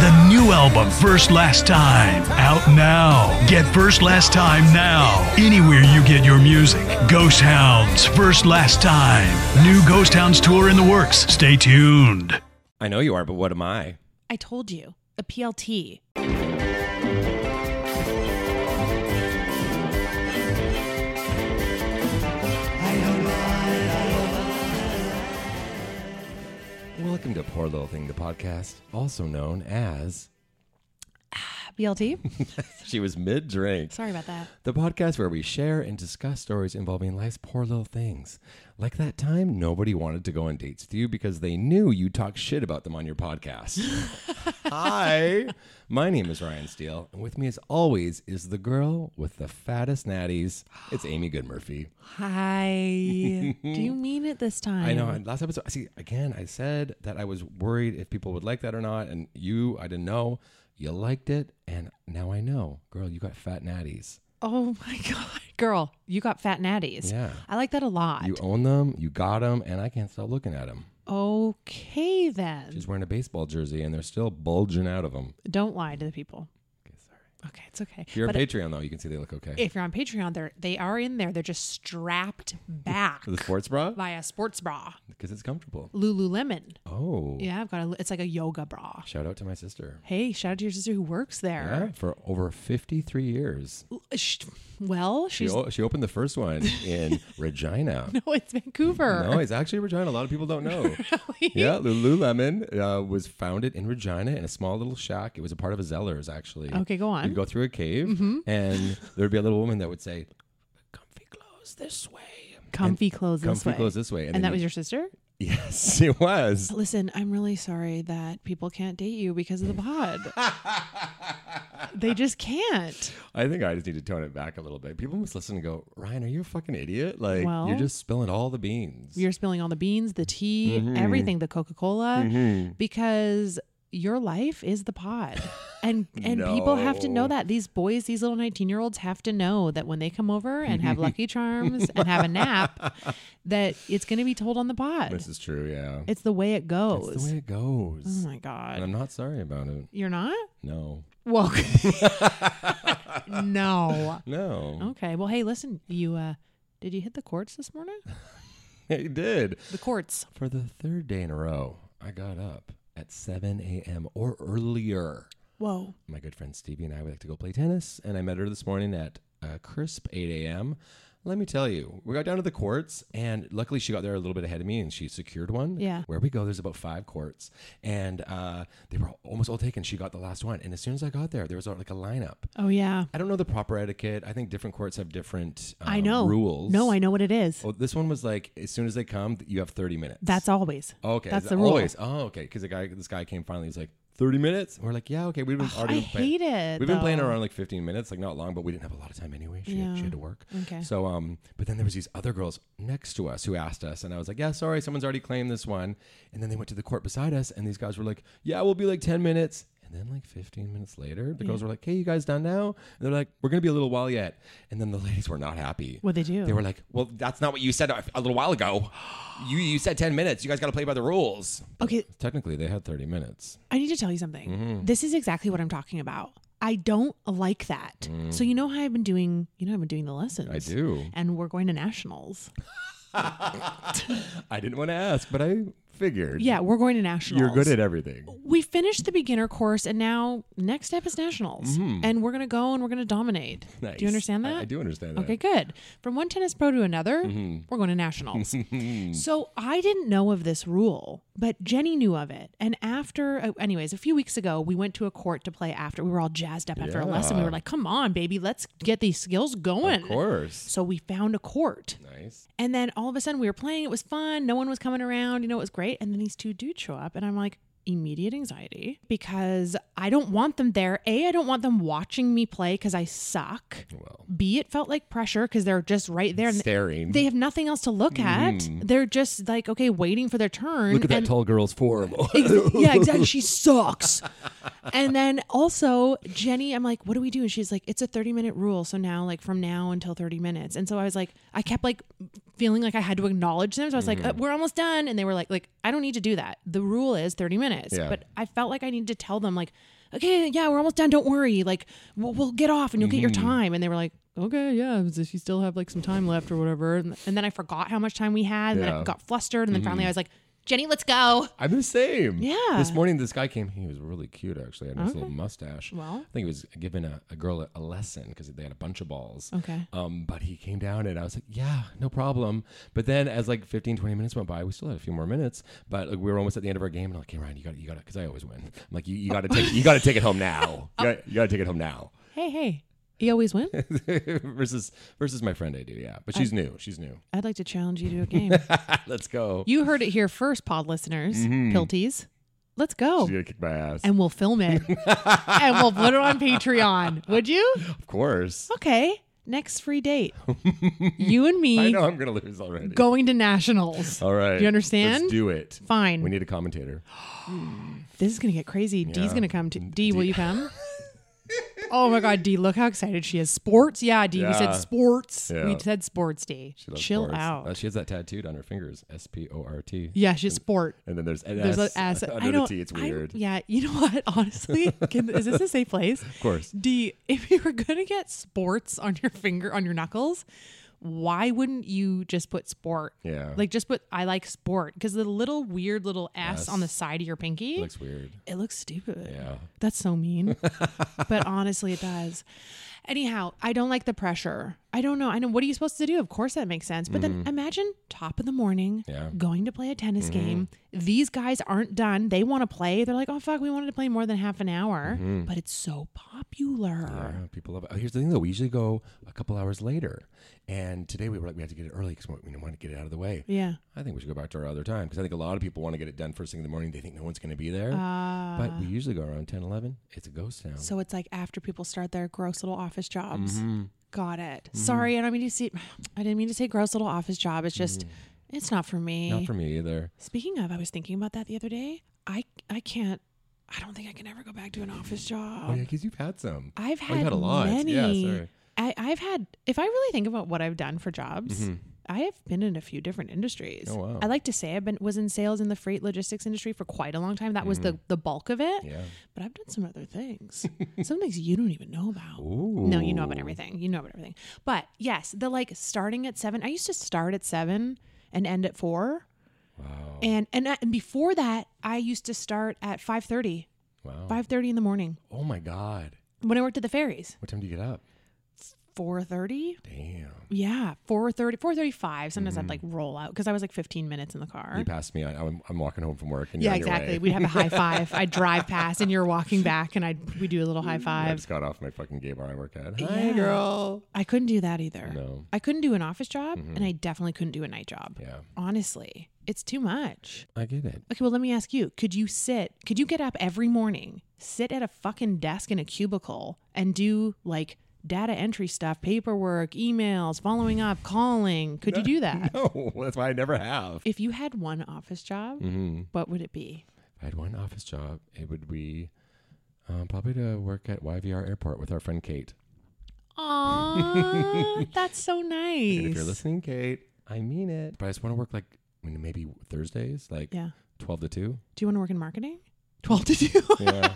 The new album, First Last Time, out now. Get First Last Time now. Anywhere you get your music. Ghost Hounds, First Last Time. New Ghost Hounds tour in the works. Stay tuned. I know you are, but what am I? I told you, a PLT. Welcome to Poor Little Thing, the podcast, also known as BLT? She Was Mid Drink, Sorry about that. the podcast where we share and discuss stories involving life's poor little things. Like that time nobody wanted to go on dates with you because they knew you talked shit about them on your podcast. Hi, my name is Ryan Steele, and with me, as always, is the girl with the fattest natties. It's Amy Goodmurphy. Hi. Do you mean it this time? I know. and Last episode, see again. I said that I was worried if people would like that or not, and you, I didn't know. You liked it, and now I know, girl. You got fat natties. Oh my God. Girl, you got fat natties. Yeah. I like that a lot. You own them. You got them, and I can't stop looking at them. okay, then. She's wearing a baseball jersey, and they're still bulging out of them. Don't lie to the people. Okay, it's okay. If you're But a Patreon, though, you can see they look okay. if you're on Patreon, they're, they are in there. They're just strapped back the sports bra, by a sports bra. because it's comfortable. Lululemon. Oh, Yeah, I've got a, it's like a yoga bra. Shout out to my sister. Hey, shout out to your sister who works Yeah, there. for over 53 years. Sh- Well, She she's o- she opened the first one in Regina. no, it's Vancouver. No, it's actually Regina. A lot of people don't know. Yeah, Lululemon uh, was founded in Regina in a small little shack. It was a part of a Zeller's, actually. Okay, go on. Mm-hmm. You'd go through a cave, and there would be a little woman that would say, Comfy clothes this way. comfy clothes this comfy way. clothes this way. And, then that you- was your sister? Yes, it was. Listen, I'm really sorry that people can't date you because of the pod. they just can't. I think I just need to tone it back a little bit. People must listen and go, Ryan, are you a fucking idiot? Like, Well- you're just spilling all the beans. You're spilling all the beans, the tea, Mm-hmm. everything, the Coca-Cola because your life is the pod. And and people have to know No. that. These boys, these little 19-year-olds have to know that when they come over and have lucky charms and have a nap that it's going to be told on the pod. this is true, yeah. It's the way it goes. It's the way it goes. oh my and god. I'm not sorry about it. You're not? No. Well, no. No. Okay. Well, hey, listen, you uh did you hit the courts this morning? It did. The courts. For the third day in a row, I got up at 7 a.m. or earlier. Whoa. My good friend Stevie and I would like to go play tennis, and I met her this morning at uh, crisp 8 a.m. Let me tell you, we got down to the courts, and luckily she got there a little bit ahead of me, and she secured one. Yeah. Where we go, there's about five courts, and uh, they were almost all taken. She got the last one, and as soon as I got there, there was uh, like a lineup. Oh yeah. I don't know the proper etiquette. I think different courts have different um, I know rules. No, I know what it is. Oh, this one was like as soon as they come, you have thirty minutes. That's always. Okay, That's is the that rule. Always. Oh, okay. Because the guy, this guy came finally. He's like, thirty minutes. We're like, yeah, okay. We've been Ugh, already. Oh, I been playing- hate it, We've been playing though. around like fifteen minutes, like not long, but we didn't have a lot of time anyway. She, had, she Yeah. had to work. Okay. So um, but then there was these other girls next to us who asked us, and I was like, yeah, sorry, someone's already claimed this one. And then they went to the court beside us, and these guys were like, yeah, we'll be like ten minutes. And then like 15 minutes later, the girls were like, hey, you guys done now? And they're like, we're going to be a little while yet. And then the ladies were not happy. What'd they do? They were like, well, that's not what you said a a little while ago. You, you said 10 minutes. You guys got to play by the rules. Okay, Technically, they had 30 minutes. I need to tell you something. Mm-hmm. This is exactly what I'm talking about. I don't like that. So you know how I've been doing, you know I've been doing the lessons. Mm. I do. And we're going to nationals. I didn't want to ask, but I figured. Yeah, we're going to nationals. You're good at everything. We finished the beginner course and now next step is nationals. And we're going to go and we're going to dominate. Mm-hmm. Nice. Do you understand I- that? I, do understand that. Mm-hmm. Okay, good. From one tennis pro to another, we're going to nationals. so I didn't know of this rule, but Jenny knew of it. And after, uh, anyways, a few weeks ago, we went to a court to play after. We were all jazzed up after a lesson. We were like, come on, baby, let's get these skills going. Of course. So we found a court. Nice. And then all of a sudden we were playing. It was fun. No one was coming around. You know, it was great. And then these two dudes show up, and I'm like, immediate anxiety because I don't want them there. A, I don't want them watching me play because I suck. Well, B, it felt like pressure because they're just right there and staring. Mm-hmm. they have nothing else to look at. They're just like, okay, waiting for their turn. Look at that and- tall girl's form. Ex- yeah, exactly. She sucks. and then also Jenny, I'm like, what do we do? And she's like, it's a 30 minute rule. So now, like from now until 30 minutes. And so I was like, I kept like feeling like I had to acknowledge them. So I was Mm. like, uh, we're almost done. And they were like, like I don't need to do that. The rule is 30 minutes. Yeah. But I felt like I needed to tell them like, okay, yeah, we're almost done. Don't worry. Like we'll, we'll get off and you'll get your Mm-hmm. time. And they were like. Okay, yeah, as if you still have like some time left or whatever. And, and then I forgot how much time we had, and then Yeah. Mm-hmm. I got flustered. And then finally I was like, Jenny, let's go. I'm the same. Yeah. This morning, this guy came. He was really cute, actually. Had a nice little mustache. Well. I think he was giving a, a girl a, a lesson because they had a bunch of balls. Okay. Um, but he came down and I was like, yeah, no problem. But then as like 15, 20 minutes went by, we still had a few more minutes, but like, we were almost at the end of our game. And I'm like, okay, Ryan, you got to, you got to, because I always win. I'm like, you, you got to take, you got to take it home now. You gotta- You got to take it home now. Hey, hey. You always win. versus versus my friend I do, yeah. But she's new. She's new. I'd like to challenge you to a game. Let's go. you heard it here first, pod listeners, Mm-hmm. Pilties. Let's go. She's gonna kick my ass. And we'll film it. and we'll put it on Patreon. Would you? of course. Okay. Next free date. you and I me know I'm gonna lose already. going to nationals. All right. You understand? Let's do it. Fine. We need a commentator. this is going to get crazy. D's Yeah. going to come. To- D, will you come? oh my God, D, look how excited she is. Sports? Yeah, D, we Yeah. said sports. Yeah. We said sports, D. She loves Chill sports. out. Uh, she has that tattooed on her fingers. S P O R T. yeah, she's sport. And then there's an There's an S S. under I the don't. T. It's I'm- weird. yeah, you know what? Honestly, can, is this a safe place? Of course. D, if you were gonna get sports on your finger on your knuckles, why wouldn't you just put sport? Yeah. Like just put I like sport because the little weird little S, on the side of your pinky. It looks weird. it looks stupid. Yeah. That's so mean. but honestly, it does. Anyhow, I don't like the pressure. I don't know. I know what are you supposed to do? Of course that makes sense. But then imagine top of the morning, Mm-hmm. Yeah. Mm-hmm. going to play a tennis game. These guys aren't done. They want to play. They're like, "Oh fuck, we wanted to play more than half an hour." Mm-hmm. But it's so popular. Yeah, people love it. Oh, Here's the thing, though. We usually go a couple hours later, and today we were like, we have to get it early because we want to get it out of the way. Yeah. I think we should go back to our other time because I think a lot of people want to get it done first thing in the morning. They think no one's going to be there, but we usually go around 10, 11. It's a ghost town. Uh, So it's like after people start their gross little office jobs. Mm-hmm. Got it. Sorry, I don't mean to see I didn't mean to say gross little office job. It's just it's not for me. Mm-hmm. Not for me either. Speaking of, I was thinking about that the other day. I I can't. I don't think I can ever go back to an office job. Oh yeah, because you've had some. Um, I've Oh, had, you've had a lot. many. Yeah, sorry. I, I've had. If I really think about what I've done for jobs. I have been in a few different industries. Mm-hmm. Oh, wow. I like to say I've been was in sales in the freight logistics industry for quite a long time. That was the the bulk of it. Mm-hmm. Yeah. But I've done some other things. some things you don't even know about. Ooh. No, you know about everything. You know about everything. But yes, the like starting at seven. I used to start at seven and end at four. Wow. And and I- and before that, I used to start at 5:30, Wow. 5:30 in the morning Oh my God. when I worked at the ferries. What time do you get up? 4.30 Damn. yeah 4.30 4.35 sometimes i'd like roll out because i was like 15 minutes in the car Mm-hmm. You passed me. I, I'm, I'm walking home from work. And you're yeah on your exactly way. we'd have a high five i'd drive past and you're walking back and i'd we do a little high I five just got off my fucking gay bar I work at. Yeah. I couldn't do that either. No. Mm-hmm. I couldn't do an office job and I definitely couldn't do a night job. Yeah. Honestly, it's too much. I get it. Okay, well, let me ask you could you sit, could you get up every morning, sit at a fucking desk in a cubicle and do like data entry stuff, paperwork, emails, following up, calling? Could you do that? No, that's why I never have. If you had one office job, Mm-hmm. what would it be? I had one office job. It would be um, probably to work at YVR Airport with our friend Kate. Aw, that's so nice. And if you're listening, Kate, I mean it. But I just want to work like I mean, maybe Thursdays, like Yeah. 12 to 2. Do you want to work in marketing? 12 to 2. Yeah.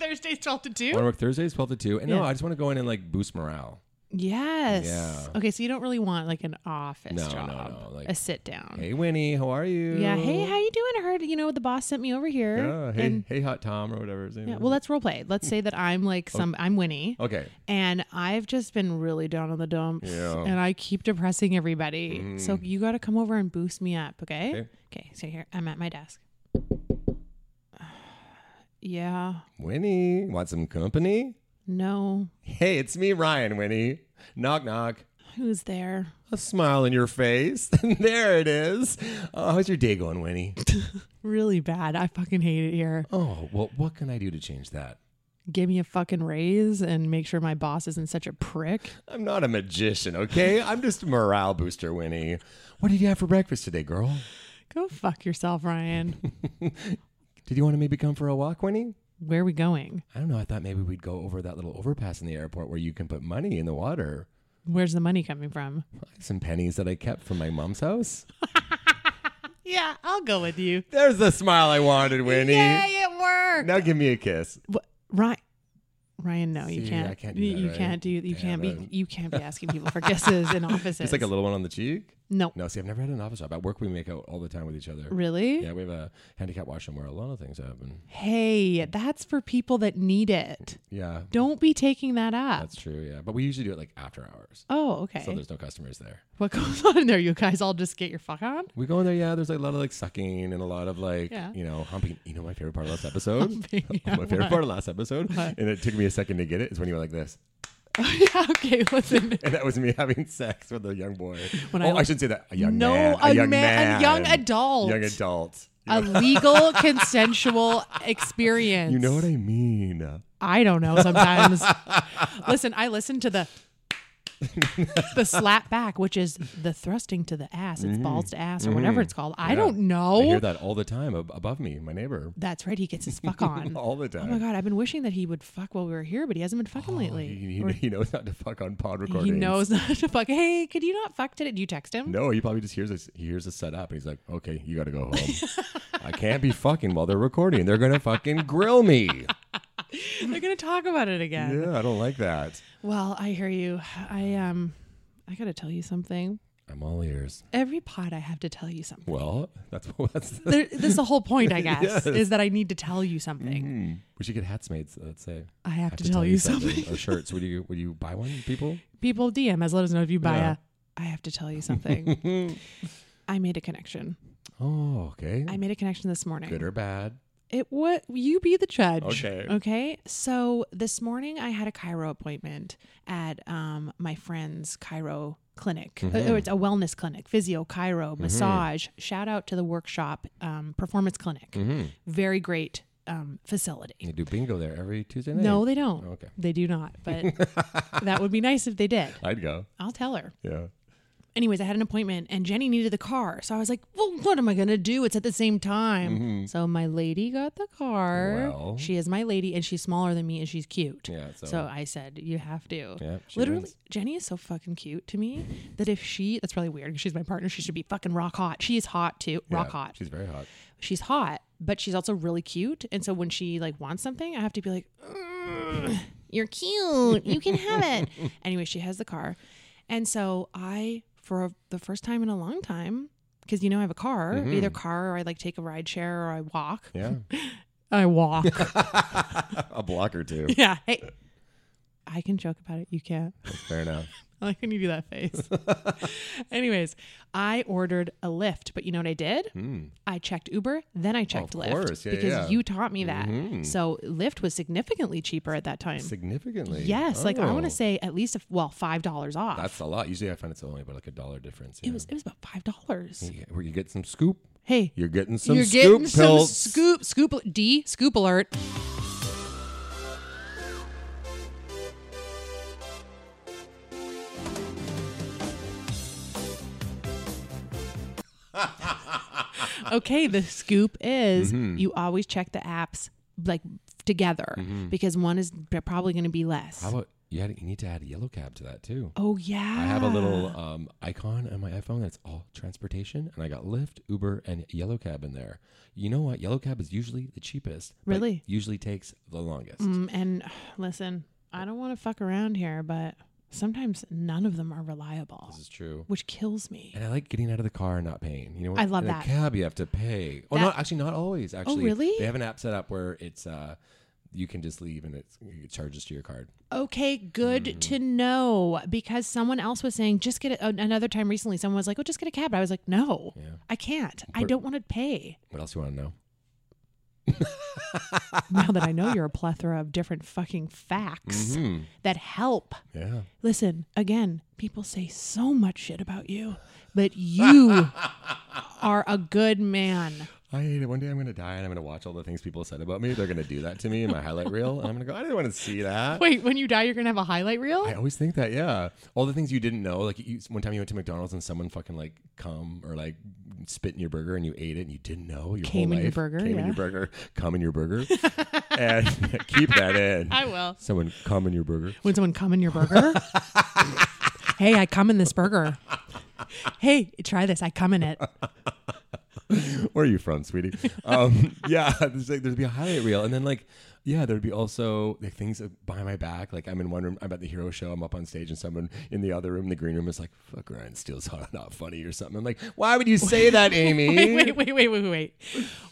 Thursdays, 12 to 2. I want to work Thursdays, 12 to 2. And no, Yeah. I just want to go in and like boost morale. Yes. Yeah. Okay, so you don't really want like an office No, no, job, no, like, a sit down. Hey, Winnie, how are you? Oh. yeah. Hey, how you doing? I heard you know the boss sent me over here. Yeah, hey, and- hey, hot Tom or whatever his name yeah. is. Well, let's role play. Let's say that I'm like Oh. some. I'm Winnie. Okay. And I've just been really down in the dumps, Yeah. Mm. and I keep depressing everybody. So you got to come over and boost me up, okay? Okay. So here I'm at my desk. Yeah. Winnie, want some company? No. Hey, it's me, Ryan, Winnie. Knock, knock. Who's there? A smile on your face. there it is. Oh, how's your day going, Winnie? Really bad. I fucking hate it here. oh, well, what can I do to change that? give me a fucking raise and make sure my boss isn't such a prick. I'm not a magician, okay? I'm just a morale booster, Winnie. What did you have for breakfast today, girl? Go fuck yourself, Ryan. Did you want to maybe come for a walk, Winnie? Where are we going? I don't know. I thought maybe we'd go over that little overpass in the airport where you can put money in the water. Where's the money coming from? Some pennies that I kept from my mom's house. Yeah, I'll go with you. There's the smile I wanted, Winnie. Yay, it worked. Now give me a kiss. Wha- Ryan, Ryan, no, you See, can't. I can't do that, you right? can't do. You can't Damn be. it. You can't be asking people for kisses in offices. Just like a little one on the cheek. No, No, see, I've never had an office job. At work, we make out all the time with each other. really. Yeah, we have a handicap washroom where a lot of things happen. Hey, that's for people that need it. Yeah, Don't be taking that up. that's true. Yeah, but we usually do it like after hours, oh, okay. so there's no customers there. what goes on in there? You guys all just get your fuck on. We go in there. Yeah, there's like a lot of like sucking and a lot of like Yeah. you know humping. You know my favorite part of last episode. Humping, yeah, my favorite what? part of last episode, What? and it took me a second to get it. Is when you were like this, yeah. Okay. Listen. and that was me having sex with a young boy. When oh, I- I, should say that a young No, man, a young man- a young adult. young adult. a legal consensual experience. You know what I mean? I don't know sometimes. Listen, I listen to the the slap back, which is the thrusting to the ass. It's balls to ass or whatever it's called. Mm-hmm. I Yeah. don't I hear know. that all the time ab- above me, my neighbor, That's right. He gets his fuck on. all the oh time. Oh, my god, I've been wishing that he would fuck while we were here, but he hasn't been fucking lately. He, he- Or- he knows not to fuck on pod he recordings. knows not to fuck. Hey, could you not fuck today? Do you text him? No, he probably just hears us. He hears us set up, and he's like, "Okay, you got to go home. I can't be fucking while they're recording. They're gonna fucking grill me. They're gonna talk about it again. Yeah, I don't like that. Well, I hear you. I um, I gotta tell you something. I'm all ears. Every pod, I have to tell you something. Well, that's what. That's, there, that's the whole point, I guess, Yes. is that I need to tell you something. we should get hats made. So let's say. I have to tell you something. Or shirts. Would you would you buy one, people? People DM us, let us know if you buy Yeah. a. I have to tell you something. I made a connection. Oh, okay. Hmm. I made a connection this morning. Good or bad? It what you be the judge. Okay. Okay. So this morning I had a Cairo appointment at um my friend's Cairo clinic. Mm-hmm. Uh, it's a wellness clinic, physio, Cairo, massage. Shout out to the workshop um, performance clinic. Very great um, facility. You Mm-hmm. do bingo there every Tuesday night. No, they don't. Okay. They do not. But that would be nice if they did. I'd go. I'll tell her. Yeah. Anyways, I had an appointment and Jenny needed the car. So I was like, well, what am I going to do? It's at the same time. So my lady got the car. Mm-hmm. Well. She is my lady and she's smaller than me and she's cute. Yeah, so- So, I said, you have to. Yeah, she Literally, is. Jenny is so fucking cute to me that if she, that's really weird because she's my partner, she should be fucking rock hot. She is hot too. Rock Yeah, hot She's very hot. she's hot, but she's also really cute. And so when she like wants something, I have to be like, "Mm, "You're cute. You can have it." anyway, she has the car, and so I, for the first time in a long time, because you know I have a car, either car or I like take a ride share or I walk. Yeah. I walk. a block or two. yeah. Hey. I can joke about it. You can't. Fair enough. I like when you do that face. Anyways, I ordered a Lyft, but you know what I did? I checked Uber, then I checked Hmm. of Lyft course. Yeah, yeah, because yeah. Mm-hmm. you taught me that. So Lyft was significantly cheaper at that time. Significantly. Yes, like I want Oh. to say at least well five dollars off. That's a lot. Usually I find it's only about like a dollar difference. it was it was about five dollars. Yeah, where you get some scoop. Hey, You're getting some you're scoop getting some pills. scoop scoop D scoop alert. okay, the scoop is Mm-hmm. you always check the apps like together Mm-hmm. because one is probably going to be less. How about you, had, you need to add a yellow cab to that too? oh yeah, I have a little um, icon on my iPhone that's all transportation, and I got Lyft, Uber, and Yellow Cab in there. You know what? Yellow Cab is usually the cheapest. but Really? Usually takes the longest. Mm, and listen, I don't want to fuck around here, but sometimes none of them are reliable, This is true. which kills me. And I like getting out of the car and not paying. You know, I love in a that. cab you have to pay. Oh, That- Oh, not actually, not always. Actually, really? They have an app set up where it's uh, you can just leave and it's, it charges to your card. Okay, good Hmm. to know because someone else was saying just get a, an- another time recently. Someone was like, "Oh, just get a cab." I was like, "No, I can't. I What- don't want to pay." What else you want to know? now that I know you're a plethora of different fucking facts Mm-hmm. that help. Yeah. Listen, again, people say so much shit about you, but you are a good man. I hate it. One day I'm going to die and I'm going to watch all the things people said about me. They're going to do that to me in my highlight reel. And I'm going to go, I didn't want to see that. Wait, when you die, you're gonna have a highlight reel? Uh, I always think that, yeah. All the things you didn't know, like you, one time you went to McDonald's and someone fucking like cum or like spit in your burger and you ate it and you didn't know your Came whole in your life. burger, came in yeah. your burger, cum in your burger, and keep that in. I will. Someone cum in your burger. When someone come in your burger? hey, I come in this burger. Hey, try this. I come in it. Where are you from, sweetie? Um, yeah, there's like, there'd be a highlight reel, and then like, yeah, there'd be also like things behind my back. Like I'm in one room, I'm at the hero show, I'm up on stage, and someone in the other room, the green room, is like, "Fuck, Ryan Steele's not- not funny" or something. I'm like, why would you say that, Amy? Wait, wait, wait, wait, wait, wait.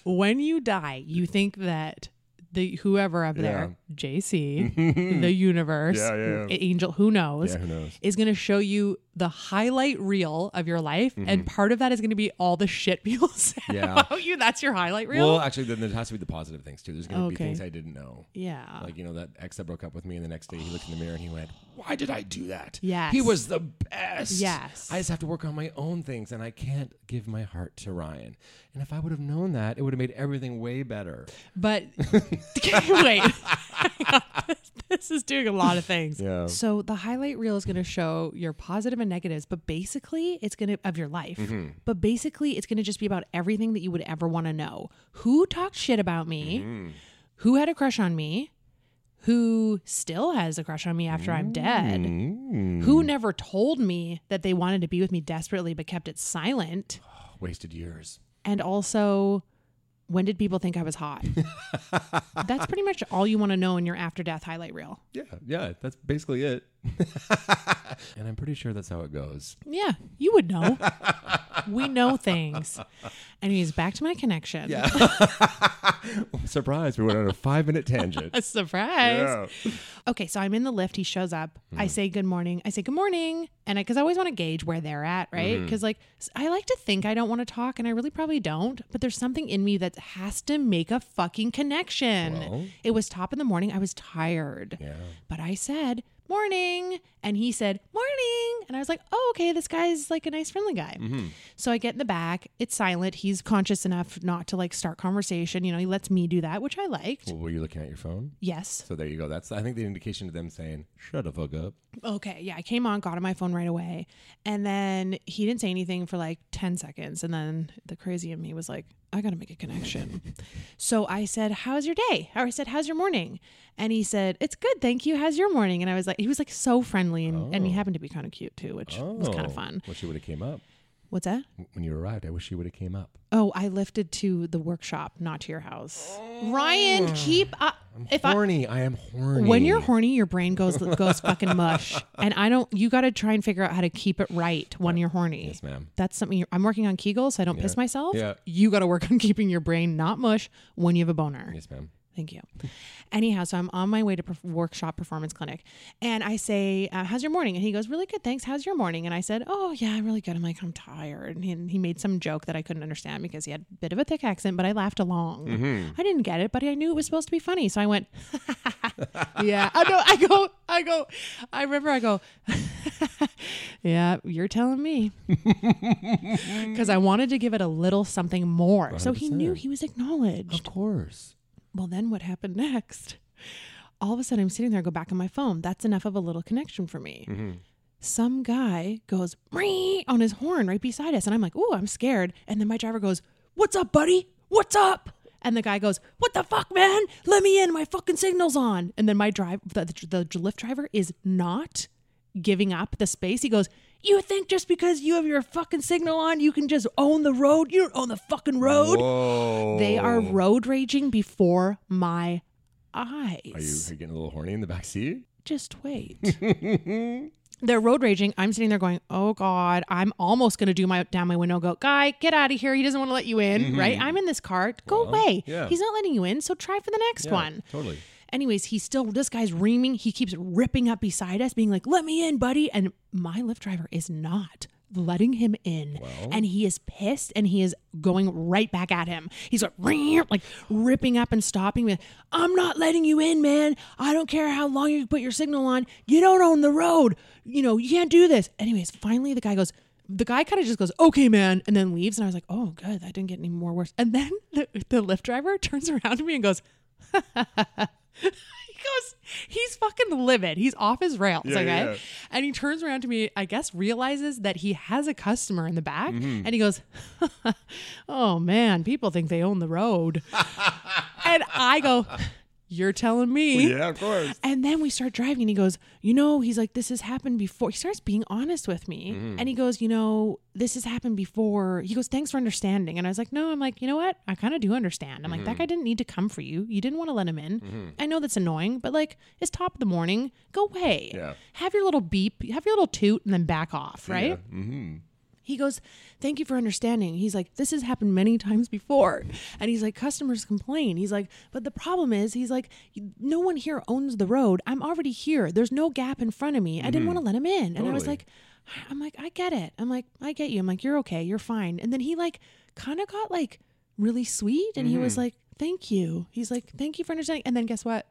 When you die, you think that the whoever up there, JC, the universe, Mm-hmm. Yeah, yeah, yeah. a- angel, who knows, Yeah, who knows? is going to show you the highlight reel of your life, and part of that is going to be all the shit people say Mm-hmm. Yeah. about you. That's your highlight reel. Well, actually, then there has to be the positive things too. There's going to be Okay. things I didn't know. yeah. Like you know that ex that broke up with me, and the next day he looked in the mirror and he went, "Why did I do that? Yes. he was the best. Yes. I just have to work on my own things, and I can't give my heart to Ryan. And if I would have known that, it would have made everything way better. But wait, this is doing a lot of things. Yeah. So the highlight reel is going to show your positive and negatives, but basically it's going to of your life. But basically it's going to just be about everything that you would ever want to know. Who talked shit about me? Who had a crush on me? Who still has a crush on me after I'm dead? Who never told me that they wanted to be with me desperately but kept it silent? Oh, Wasted years. and also when did people think I was hot? That's pretty much all you want to know in your after death highlight reel. Yeah, yeah, that's basically it. and I'm pretty sure that's how it goes. Yeah, you would know. we know things. Anyways, back to my connection. Yeah. Surprise! We went on a five minute tangent. Surprise. Okay, so I'm in the lift. He shows up. Hmm. I say good morning. I say good morning. And I, because I always want to gauge where they're at, right? Hmm. Because like s- I like to think I don't want to talk and I really probably don't, but there's something in me that has to make a fucking connection. Well. It was top in the morning. I was tired. Yeah. But I said, morning. And he said, morning. And I was like, oh, okay, this guy's like a nice, friendly guy. Mm-hmm. So I get in the back. It's silent. He's conscious enough not to like start conversation. You know, he lets me do that, which I liked. Well, were you looking at your phone? Yes. So there you go. That's I think the indication of them saying, "Shut the fuck up." Okay, yeah, I came on, got on my phone right away, and then he didn't say anything for like 10 seconds. And then the crazy in me was like, I gotta make a connection. so I said, How's your day? Or I said, How's your morning? And he said, It's good, thank you. How's your morning? And I was like, He was like so friendly, and, and he happened to be kind of cute too, which was Oh. kind of fun. Wish you would have came up What's that? when you arrived. I wish you would have came up. Oh, I lifted to the workshop, not to your house. Ryan, keep up. If I, horny. I, am horny. When you're horny, your brain goes goes fucking mush, and I don't. You got to try and figure out how to keep it right when you're horny. Yes, ma'am. That's something you're, I'm working on Kegel, so I don't piss myself. Yeah. You got to work on keeping your brain not mush when you have a boner. Yes, ma'am. Thank you. Anyhow, so I'm on my way to perf- workshop performance clinic, and I say, uh, "How's your morning?" And he goes, "Really good, thanks. How's your morning?" And I said, "Oh yeah, really good." I'm like, "I'm tired," and he, and he made some joke that I couldn't understand because he had a bit of a thick accent, but I laughed along. I didn't get it, but I knew it was supposed to be funny, so I went, "Yeah." I know. I go. I go. I remember. I go. yeah, you're telling me because I wanted to give it a little something more, so he knew 100%. he was acknowledged. Of course. Well, then what happened next? All of a sudden, I'm sitting there, I go back on my phone. That's enough of a little connection for me. Some guy goes "Ree" on his horn right beside us, and I'm like, "Ooh, I'm scared." And then my driver goes, "What's up, buddy? What's up?" And the guy goes, "What the fuck, man? Let me in. My fucking signal's on." And then my drive, the, the, the Lyft driver is not giving up the space. He goes, "You think just because you have your fucking signal on, you can just own the road? You don't own the fucking road." Whoa. They are road raging before my Oh. Are you, eyes. are you getting a little horny in the back seat? Just wait. They're road raging. I'm sitting there going, "Oh God!" I'm almost going to do my down my window. and Go, guy, get out of here. He doesn't want to let you in, right? I'm in this car. Go away. Mm-hmm. yeah. He's not letting you in. So try for the next Yeah, one. Totally. Anyways, he's still, this guy's reaming. He keeps ripping up beside us, being like, let me in, buddy. And my Lyft driver is not letting him in. And he is pissed and he is going right back at him. He's like, "Rear," like ripping up and stopping me. I'm not letting you in, man. I don't care how long you put your signal on. You don't own the road. You know, you can't do this. Anyways, finally the guy goes, the guy kind of just goes, okay, man, and then leaves. And I was like, oh, good. That didn't get any more worse. And then the, the Lyft driver turns around to me and goes, he goes, he's fucking livid. He's off his rails, Yeah, okay? yeah, yeah. And he turns around to me, I guess realizes that he has a customer in the back, Mm-hmm. and he goes, "Oh man, people think they own the road." and I go, "You're telling me." Oh, of course. And then we start driving, and he goes, You know, he's like, This has happened before. He starts being honest with me. And he goes, You know, this has happened before. He goes, Thanks for understanding. And I was like, No, I'm like, You know what? I kind of do understand. I'm like, That guy didn't need to come for you. You didn't want to let him in. I know that's annoying, but like, it's top of the morning. Go away. Yeah. Have your little beep, have your little toot, and then back off, right? Mm-hmm. He goes, Thank you for understanding. He's like, This has happened many times before. And he's like, Customers complain. He's like, But the problem is, he's like, No one here owns the road. I'm already here. There's no gap in front of me. I didn't want to let him in. And I was Mm-hmm. Totally. like, I'm like, I get it. I'm like, I get you. I'm like, You're okay. You're fine. And then he like kind of got like really sweet and he Mm-hmm. was like, Thank you. He's like, Thank you for understanding. And then guess what?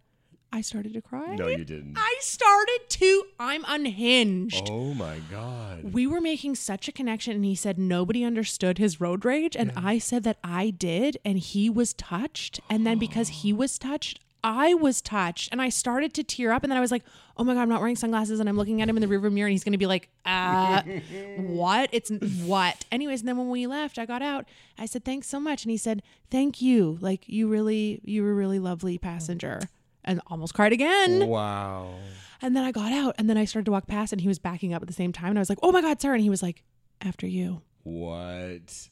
I started to cry. No, you didn't. I started to, I'm unhinged Oh my god. we were making such a connection and he said nobody understood his road rage and i said that i did and he was touched and then because he was touched i was touched and i started to tear up and then i was like oh my god i'm not wearing sunglasses and i'm looking at him in the rearview mirror and he's going to be like uh what it's what anyways and then when we left i got out i said thanks so much and he said thank you like you really you were a really lovely passenger and almost cried again Wow. and then I got out and then I started to walk past and he was backing up at the same time. And I was like, oh my God, sir. And he was like, after you. What?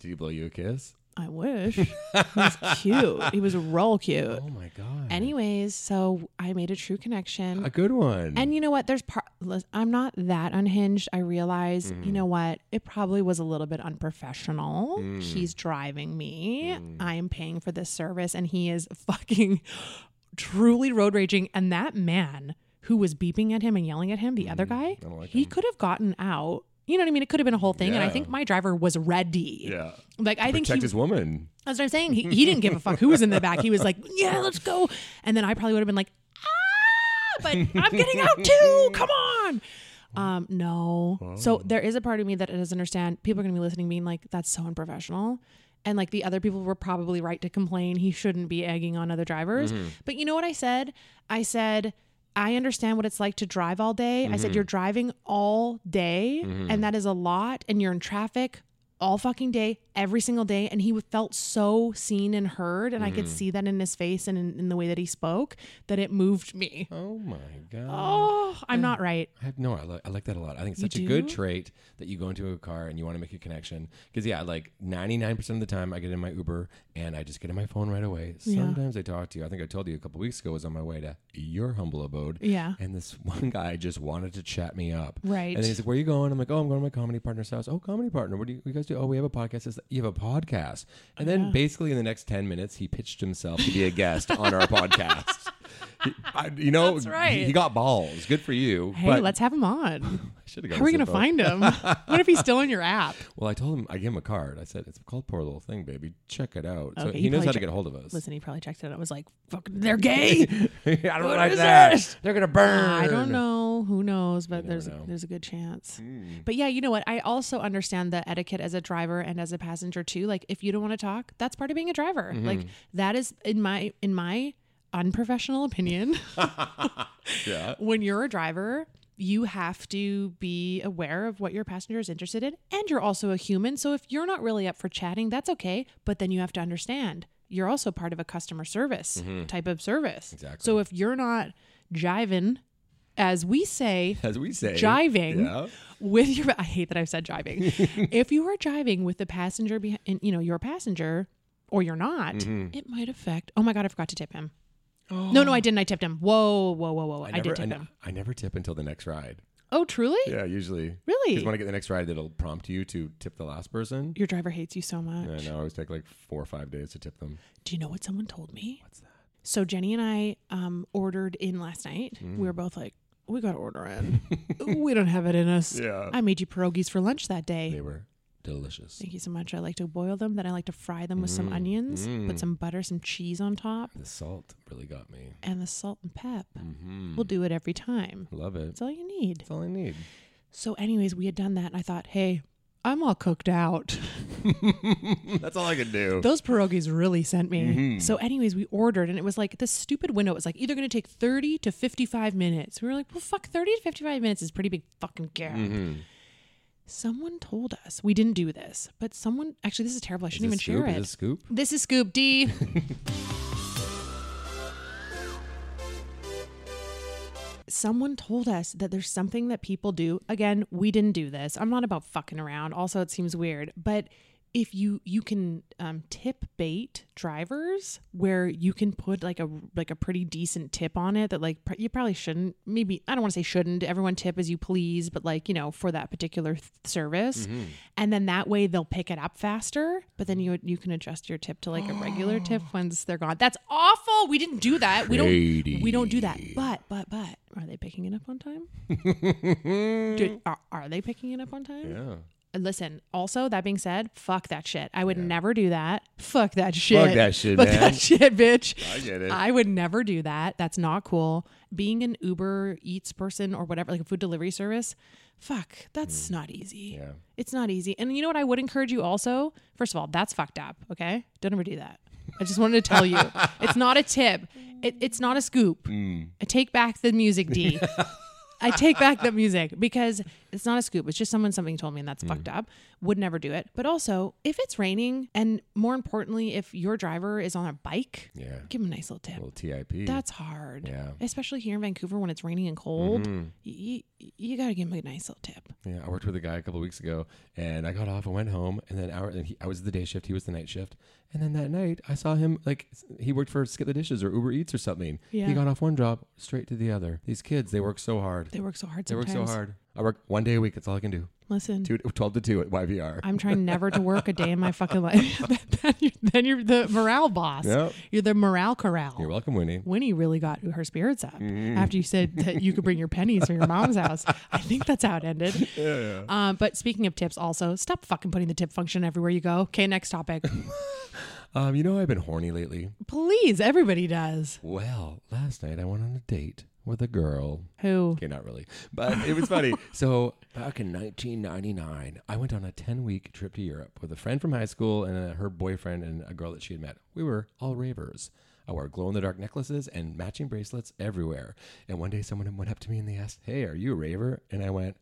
Did he blow you a kiss? I wish. he was cute. He was real cute. Oh my god. Anyways, so I made a true connection. a good one. and you know what? There's part. I'm not that unhinged. I realize. Mm. You know what? It probably was a little bit unprofessional. Mm. He's driving me. I am paying for this service, and he is fucking truly road raging. And that man who was beeping at him and yelling at him, the Mm. other guy, he could have gotten out. You know what I mean? It could have been a whole thing. And I Yeah. think my driver was ready. yeah. Like I think Protect he his woman. that's what I'm saying. He, he didn't give a fuck who was in the back. He was like, yeah, let's go. And then I probably would have been like, ah, but I'm getting out too. Come on. Um, no. So there is a part of me that doesn't understand. People are going to be listening, being like, that's so unprofessional. And like the other people were probably right to complain. He shouldn't be egging on other drivers. But you know what I said? I said, I understand what it's like to drive all day. I said, you're driving all day, and that is a lot, and you're in traffic all fucking day, every single day. And he felt so seen and heard. And I could see that in his face and in, in the way that he spoke that it moved me. Oh my god. Oh, I'm not right. I have no. I, li- I like that a lot. I think it's You such a good do? trait that you go into a car and you want to make a connection. Because yeah, like ninety nine percent of the time, I get in my Uber and I just get in my phone right away. Yeah. Sometimes I talk to you. I think I told you a couple weeks ago I was on my way to your humble abode. Yeah. And this one guy just wanted to chat me up. Right. And he's like, "Where are you going?" I'm like, "Oh, I'm going to my comedy partner's house." Oh, comedy partner. What do you, what you guys do? Oh, we have a podcast. It's- you have a podcast. And then basically in the next 10 minutes, he pitched himself to be a guest on our podcast. He- I- you know, That's he- right. he, got balls. Good for you. Hey, but let's have him on. should've got How are we his going to info. find him? what if he's still in your app? Well, I told him, I gave him a card. I said, it's called Poor Little Thing, baby. Check it out. so Okay, he, he knows probably how to check- get a hold of us. Listen, he probably checked it out. I was like, fuck, they're gay. I don't What like is that. this? They're going to burn. I don't know. Who knows? But there's know. Hmm. A, there's a good chance. But yeah, you know what? I also understand the etiquette as a driver and as a passenger too. Like if you don't want to talk, that's part of being a driver. Like Mm-hmm. that is in my in my unprofessional opinion. Yeah. when you're a driver, you have to be aware of what your passenger is interested in, and you're also a human. So if you're not really up for chatting, that's okay. But then you have to understand you're also part of a customer service type of service. Mm-hmm. Exactly. So if you're not jiving, as we say, As we say, jiving Yeah. with your I hate that I've said jiving. if you are jiving with the passenger behind, you know, your passenger or you're not, Mm-hmm. it might affect. Oh my god, I forgot to tip him. No, no, I didn't. I tipped him. Whoa, whoa, whoa, whoa. Oh, I, never, did tip I, him. I never tip until the next ride. Oh, truly? Yeah, usually. Really? Because when I get the next ride, it'll prompt you to tip the last person. Your driver hates you so much. And I always take like four or five days to tip them. Do you know what someone told me? What's that? So Jenny and I um, ordered in last night. Mm. We were both like, we got to order in. we don't have it in us. Yeah. I made you pierogies for lunch that day. They were delicious. Thank you so much. I like to boil them. Then I like to fry them with Mm, some onions, put some butter, some cheese on top, The salt really got me. and the salt and pep. We'll do it every time. Love it. That's all you need. That's Mm-hmm. all I need. So, anyways, we had done that, and I thought, hey, I'm all cooked out. That's all I can do. Those pierogies really sent me. So, anyways, we ordered, and it was like this stupid window. It was like either going to take 30 to 55 minutes. We were like, well, fuck, 30 to 55 minutes is a pretty big fucking gap. Someone told us we didn't do this, but someone actually, this is terrible. I shouldn't even Is this share scoop? it. Is this scoop? This is Scoop D. Someone told us that there's something that people do. Again, we didn't do this. I'm not about fucking around. Also, it seems weird, but if you you can um, tip bait drivers where you can put like a like a pretty decent tip on it that like pr- you probably shouldn't maybe I don't want to say shouldn't everyone tip as you please but like you know for that particular th- service and then that way they'll pick it up faster but then you you can adjust your tip to like a regular tip once they're gone that's awful we didn't do that we don't we don't do that but but but are they picking it up on time Do- are, are they picking it up on time Yeah. listen, also that being said, fuck that shit. I would never do that. Fuck that shit. that shit, Fuck man. that shit, bitch. I get it. I would never do that. That's not cool. Being an Uber Eats person or whatever, like a food delivery service, fuck, that's not easy. Mm. Yeah. It's not easy. And you know what I would encourage you also? First of all, that's fucked up, okay? Don't ever do that. I just wanted to tell you. It's not a tip. It, it's not a scoop. Mm. I take back the music, D. I take back the music because it's not a scoop. It's just someone something told me and that's Mm. fucked up. Would never do it. But also, if it's raining and more importantly, if your driver is on a bike, Yeah. give him a nice little tip. little TIP. That's hard. Yeah. Mm-hmm. Especially here in Vancouver when it's raining and cold. You, you got to give him a nice little tip. Yeah, I worked with a guy a couple weeks ago, and I got off and went home, and then hour, and he, I was the day shift, he was the night shift, and then that night I saw him like s- he worked for Skip the Dishes or Uber Eats or something. Yeah. He got off one job straight to the other. These kids, they work so hard. They work so hard They work sometimes. so hard. I work one day a week. That's all I can do. Listen. Two, 12 to 2 at YVR. I'm trying never to work a day in my fucking life. then, you're, then you're the morale boss. Yep. You're the morale corral. You're welcome, Winnie. Winnie really got her spirits up Mm-hmm. after you said that you could bring your pennies from your mom's house. I think that's how it ended. Yeah. Um, but speaking of tips, also stop fucking putting the tip function everywhere you go. Okay, next topic. Um, you know I've been horny lately. Please, everybody does. Well, last night I went on a date with a girl. Who? Okay, not really, but it was funny. so back in 1999, I went on a 10 week trip to Europe with a friend from high school and uh her boyfriend and a girl that she had met. We were all ravers. I wore glow in the dark necklaces and matching bracelets everywhere. And one day someone went up to me and they asked, Hey, are you a raver? And I went,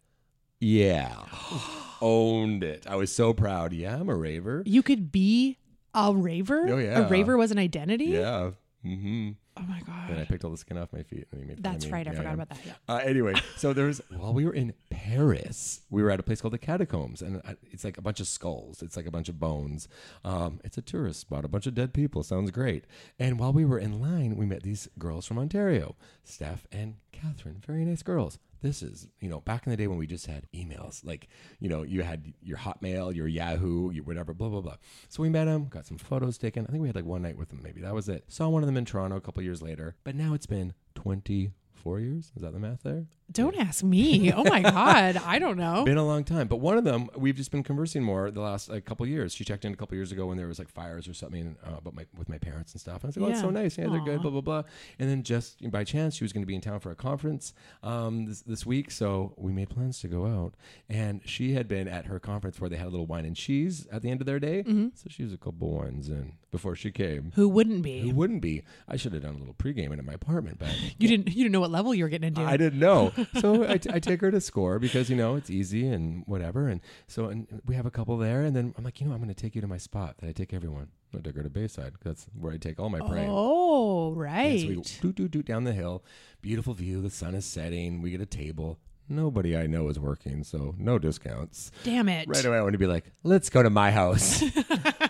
Yeah. Owned it. I was so proud. Yeah, I'm a raver. You could be a raver. Oh, yeah. A raver was an identity. Yeah. Mm-hmm. Oh my And I god. picked all the skin off my feet. And he made fun That's of me. right. I Yeah, forgot yeah. about that. Yeah. Uh, anyway, so there was while we were in Paris, we were at a place called the Catacombs, and I- it's like a bunch of skulls. It's like a bunch of bones. Um, it's a tourist spot, a bunch of dead people. Sounds great. And while we were in line, we met these girls from Ontario, Steph and Catherine. Very nice girls. this is, you know, back in the day when we just had emails, like, you know, you had your Hotmail, your Yahoo, your whatever, blah, blah, blah. So we met him, got some photos taken. I think we had like one night with him, maybe. That was it. Saw one of them in Toronto a couple years later, but now it's been 24 years. Is that the math there? Don't ask me. Oh my God. I don't know. Been a long time, but one of them we've just been conversing more the last like, couple years. She checked in a couple years ago when there was like fires or something, uh, but my with my parents and stuff. And I was like, "Oh, it's Yeah. so nice. Yeah, they're good." Aw. Blah blah blah. And then just by chance, she was going to be in town for a conference um, this, this week, so we made plans to go out. And she had been at her conference where they had a little wine and cheese at the end of their day, Mm-hmm. so she was a couple wines in before she came. Who wouldn't be? Who wouldn't be? I should have done a little pregame in my apartment, but you didn't. You didn't know what level you were getting into. I didn't know. So I, t- I take her to score because you know it's easy and whatever. And so and we have a couple there, and then I'm like, you know, I'm going to take you to my spot that I take everyone. I take her to Bayside. 'cause That's where I take all my prey. Oh And so right. we do do do down the hill. Beautiful view. The sun is setting. We get a table. Nobody I know is working, so no discounts. Damn it. Right away, I want to be like, let's go to my house.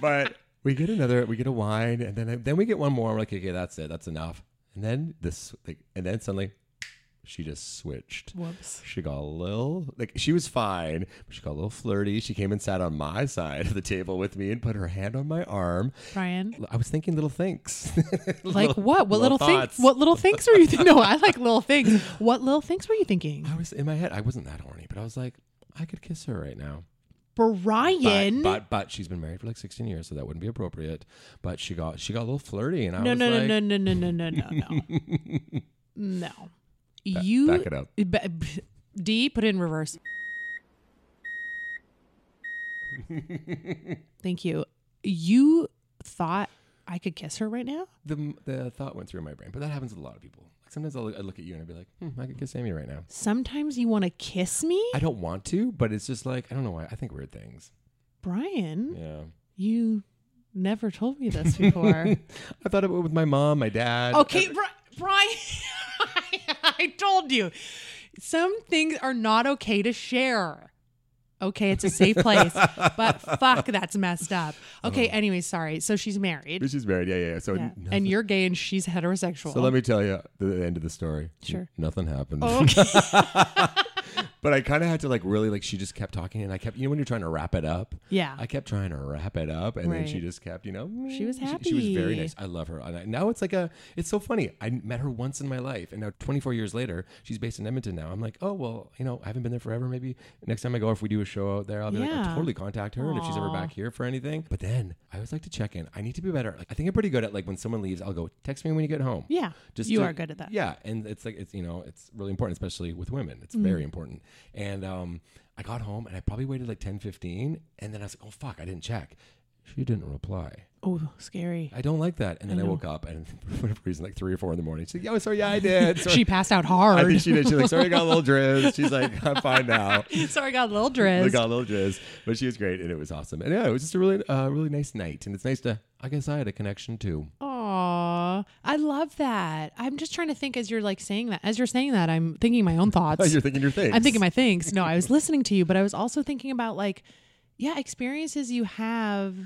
but we get another, we get a wine, and then then we get one more. I'm like, okay, that's it, that's enough. And then this, like, and then suddenly, she just switched. Whoops. She got a little like she was fine, but she got a little flirty. She came and sat on my side of the table with me and put her hand on my arm. Brian. I was thinking little things, Like what? What little, thoughts. things? What little things were you thinking? No, I like little things. What little things were you thinking, I was in my head. I wasn't that horny, but I was like, I could kiss her right now. Brian? But, but but she's been married for like 16 years, so that wouldn't be appropriate. But she got she got a little flirty, and I no, was no, like, no, no, no, no, no, no, no, no. You back it up. ba- b- D, put it in reverse. Thank you. You thought I could kiss her right now? The the thought went through my brain, but that happens with a lot of people. Like sometimes I'll, I look at you and I'll be like, hmm, I could kiss Amy right now. Sometimes you want to kiss me, I don't want to, but it's just like I don't know why. I think weird things. Brian. Yeah, You never told me this before. I thought about it with my mom, my dad. Okay, Bri- Brian, I told you. Some things are not okay to share. Okay, it's a safe place, but fuck, that's messed up. Okay, anyway, sorry. So she's married. But she's married. Yeah, yeah. yeah. So Yeah. Oh. nothing- And you're gay and she's heterosexual. So let me tell you the end of the story. Sure. Oh, Nothing happened. Okay. But I kind of had to like really like she just kept talking and I kept you know when you're trying to wrap it up. Yeah. I kept trying to wrap it up and then she Right. just kept you know. She was She, was very happy. nice. I love her. And I, now it's like a it's so funny. I met her once in my life and now 24 years later she's based in Edmonton now. I'm like oh well you know I haven't been there forever. Maybe next time I go if we do a show out there I'll be like I'll Yeah. totally contact her and if she's ever back here for anything. But then I always like to check in. I need to be better. Like I think I'm pretty good at like when someone leaves I'll go text me when you get home. Yeah. You to- are good at that. Yeah, and it's like it's you know it's really important, especially with women. It's Mm-hmm. very important. And um, I got home and I probably waited like 10, 15, and then I was like, oh fuck, I didn't check. She didn't reply. oh, scary. I don't like that. And then I, woke up and for whatever reason, like three or four in the morning, she's like, oh sorry, yeah, I did. Sorry. She passed out hard. I think she did. She's like, sorry, I got a little drizz. She's like, I'm fine now. sorry, I got a little I drizz. got a little drizz, but she was great and it was awesome. And yeah, it was just a really, uh, really nice night. And it's nice to, I guess I had a connection too. Aw, I love that. I'm just trying to think as you're like saying that. As you're saying that, I'm thinking my own thoughts. Oh, you're thinking your thing. I'm thinking my thanks. No, I was listening to you, but I was also thinking about like, yeah, experiences you have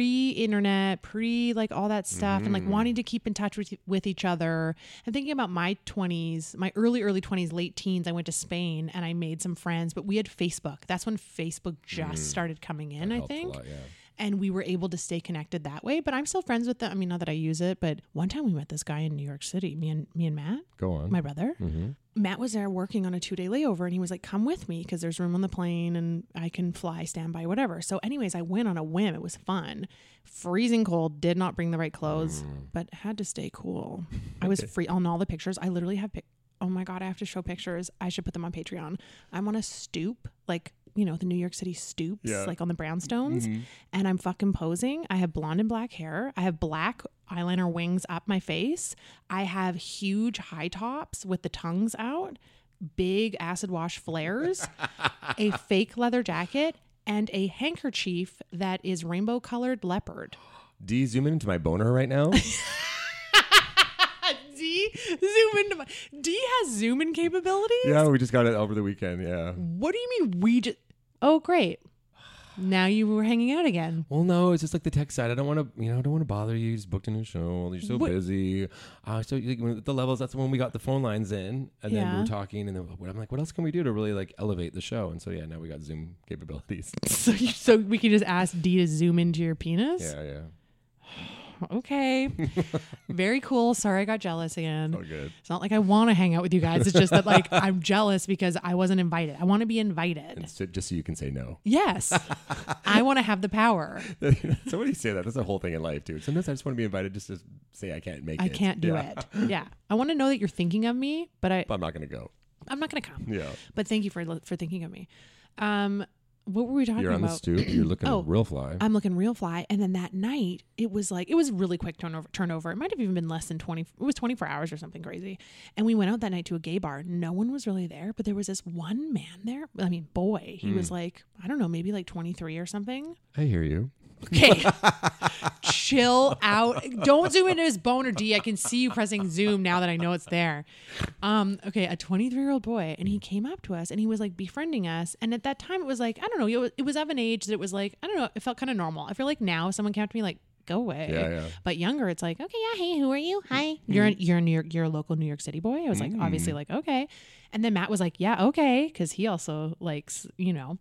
pre-internet, pre like all that stuff, and like Mm. wanting to keep in touch with with each other. I'm thinking about my 20s, my early early 20s, late teens. I went to Spain and I made some friends, but we had Facebook. That's when Facebook just started coming in. Mm. I Helped a think lot, yeah. and we were able to stay connected that way. But I'm still friends with them. I mean, not that I use it, but one time we met this guy in New York City. Me and me and Matt, Go on. my brother. Mhm. Matt was there working on a two day layover, and he was like, "Come with me because there's room on the plane, and I can fly standby, whatever." So, anyways, I went on a whim. It was fun. Freezing cold. Did not bring the right clothes, but had to stay cool. I was free on all the pictures. I literally have. Pic- oh my god, I have to show pictures. I should put them on Patreon. I'm on a stoop, like you know the New York City stoops, Yeah. like on the brownstones, and I'm fucking posing. I have blonde and black hair. I have black eyeliner wings up my face. I have huge high tops with the tongues out, big acid wash flares, a fake leather jacket, and a handkerchief that is rainbow colored leopard. Do you zoom in into my boner right now? D zoom into my D has zoom in capabilities. Yeah, we just got it over the weekend. Yeah. What do you mean we just? Oh, great. now you were hanging out again. Well, no, it's just like the tech side. I don't want to, you know, I don't want to bother you. You just booked a new show. You're so What- busy. Uh, so you, when- the levels. That's when we got the phone lines in, and then we Yeah. were talking, and then what- I'm like, what else can we do to really like elevate the show? And so yeah, now we got Zoom capabilities. So, you, so we can just ask D to zoom into your penis. yeah, yeah, Okay. Very cool. Sorry, I got jealous again. all good. It's not like I want to hang out with you guys. It's just that like I'm jealous because I wasn't invited. I want to be invited. And so, just so you can say no. Yes. I want to have the power. Somebody say that. That's a whole thing in life, dude. Sometimes I just want to be invited just to say I can't make I it. can't do Yeah. it. Yeah. I want to know that you're thinking of me, but I But I'm not gonna go. I'm not going to come. Yeah. But thank you for li- for thinking of me. Um what were we talking You're on about? the stoop. You're looking Oh, real fly. I'm looking real fly. And then that night, it was like it was really quick turnover. Turnover. It might have even been less than twenty. It was twenty four hours or something crazy. And we went out that night to a gay bar. No one was really there, but there was this one man there. I mean, boy, he was like I don't know, maybe like twenty three or something. I hear you. Okay, chill out. Don't zoom into his boner, D. I can see you pressing zoom now that I know it's there. Um, okay, a 23 year old boy, and he came up to us and he was like befriending us. And at that time, it was like I don't know, it was, it was of an age that it was like I don't know, it felt kind of normal. I feel like now if someone came up to me like go away, Yeah, yeah. Mm. but younger, it's like okay, yeah, hey, who are you? Hi, you're a, you're a New York, you're a local New York City boy. I was like obviously like okay, and then Matt was like yeah okay because he also likes you know,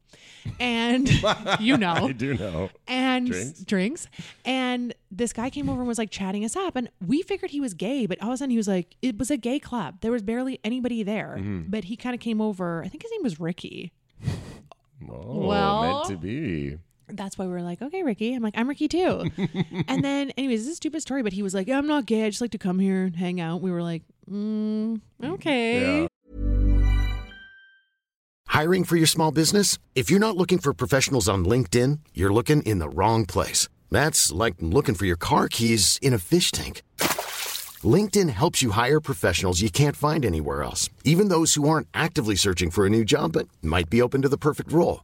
and you know I do know. and Drinks? drinks. And this guy came over and was like chatting us up, and we figured he was gay, but all of a sudden he was like, it was a gay club. There was barely anybody there, but he kind of came over. I think his name was Ricky. Oh, meant Well- to be. That's why we were like, okay, Ricky. I'm like, I'm Ricky too. and then, anyways, this is a stupid story, but he was like, yeah, I'm not gay. I just like to come here and hang out. We were like, mm, okay. Yeah. Hiring for your small business? If you're not looking for professionals on LinkedIn, you're looking in the wrong place. That's like looking for your car keys in a fish tank. LinkedIn helps you hire professionals you can't find anywhere else, even those who aren't actively searching for a new job but might be open to the perfect role.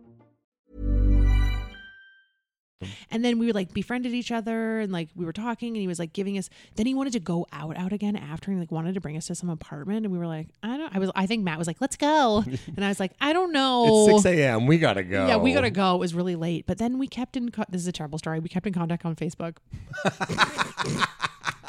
And then we were like befriended each other and like we were talking and he was like giving us then he wanted to go out out again after and like wanted to bring us to some apartment and we were like, I don't I was I think Matt was like, Let's go and I was like, I don't know. It's 6 a.m. We gotta go. Yeah, we gotta go. It was really late. But then we kept in co- this is a terrible story. We kept in contact on Facebook.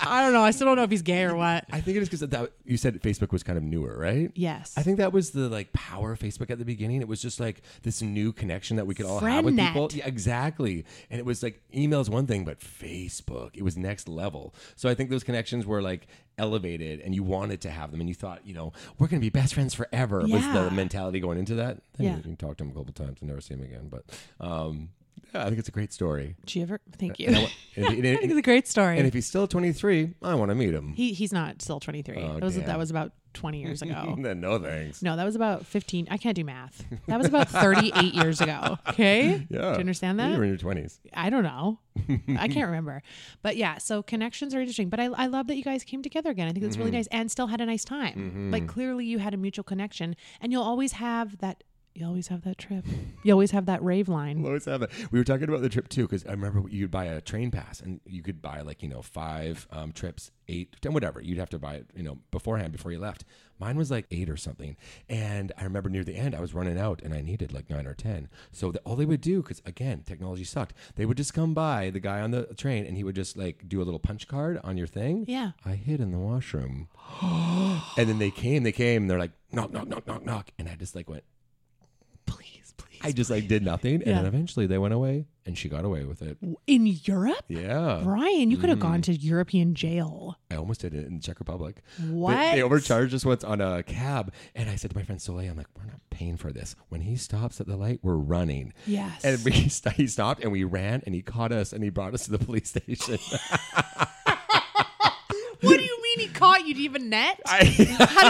I don't know. I still don't know if he's gay or what. I think it is because that you said Facebook was kind of newer, right? Yes. I think that was the like power of Facebook at the beginning. It was just like this new connection that we could all have with Friendnet. people. Yeah, exactly. And it was like emails one thing, but Facebook, it was next level. So I think those connections were like elevated and you wanted to have them and you thought, you know, we're gonna be best friends forever was Yeah. the mentality going into that. Then Yeah. you can talk to him a couple times and never see him again. But um yeah, I think it's a great story. Did you ever thank you. And I wa- and if- and I if- think it's a great story. And if he's still 23, I want to meet him. he he's not still twenty three. Oh, that was damn. that was about twenty years ago. Then no thanks. No, that was about 15. I can't do math. That was about 38 years ago. Okay. Yeah. Do you understand You were that? in your twenties. I don't know. I can't remember. But yeah, so connections are interesting. But I, I love that you guys came together again. I think that's Mm-hmm. really nice and still had a nice time. Like clearly you had a mutual connection and you'll always have that. You always have that trip. You always have that rave line. Always have it. We were talking about the trip too, because I remember you'd buy a train pass and you could buy like, you know, five um, trips, eight, ten, whatever. You'd have to buy it, you know, beforehand before you left. Mine was like eight or something. And I remember near the end, I was running out and I needed like nine or 10. So the, all they would do, because again, technology sucked, they would just come by the guy on the train and he would just like do a little punch card on your thing. Yeah. I hid in the washroom. and then they came, they came, and they're like, knock, knock, knock, knock, knock. And I just like went, Please, please. I just like did nothing, and then Yeah. eventually they went away, and she got away with it. In Europe? Yeah, Mm-hmm. Brian, you could have gone to European jail. I almost did it in Czech Republic. They- What? They, overcharged us once on a cab, and I said to my friend Soleil, "I'm like, we're not paying for this. When he stops at the light, we're running." Yes. And we, st- he stopped, and we ran, and he caught us, and he brought us to the police station. What do you mean he caught you? Did he even net? How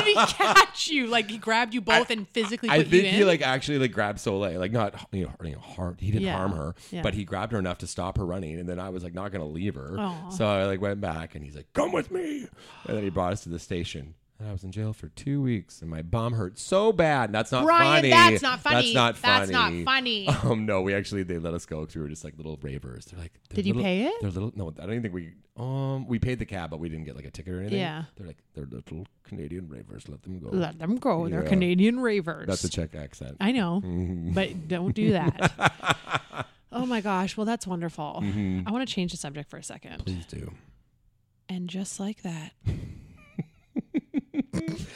did he catch you? Like he grabbed you both and physically I put think you in? he like actually like grabbed Soleil, like not you know, you know harm. He didn't Yeah. harm her, Yeah. but he grabbed her enough to stop her running. And then I was like not gonna leave her, Aw. so I like went back and he's like, "Come with me," and then he brought us to the station. And I was in jail for two weeks, and my bum hurt so bad. And that's not Brian, funny. that's not funny. That's not That's funny. not funny. Um, no, we actually they let us go because we were just like little ravers. They're like, they're Did you little- pay it? They're little. No, I don't even think we. Um, we paid the cab, but we didn't get like a ticket or anything. Yeah. They're like, they're little Canadian ravers. Let them go. Let them go. They're Yeah. Canadian ravers. That's a Mm-hmm. Czech accent. I know, but don't do that. oh my gosh. Well, that's wonderful. I want to change the subject for a second. Mm-hmm. Please do. And just like that.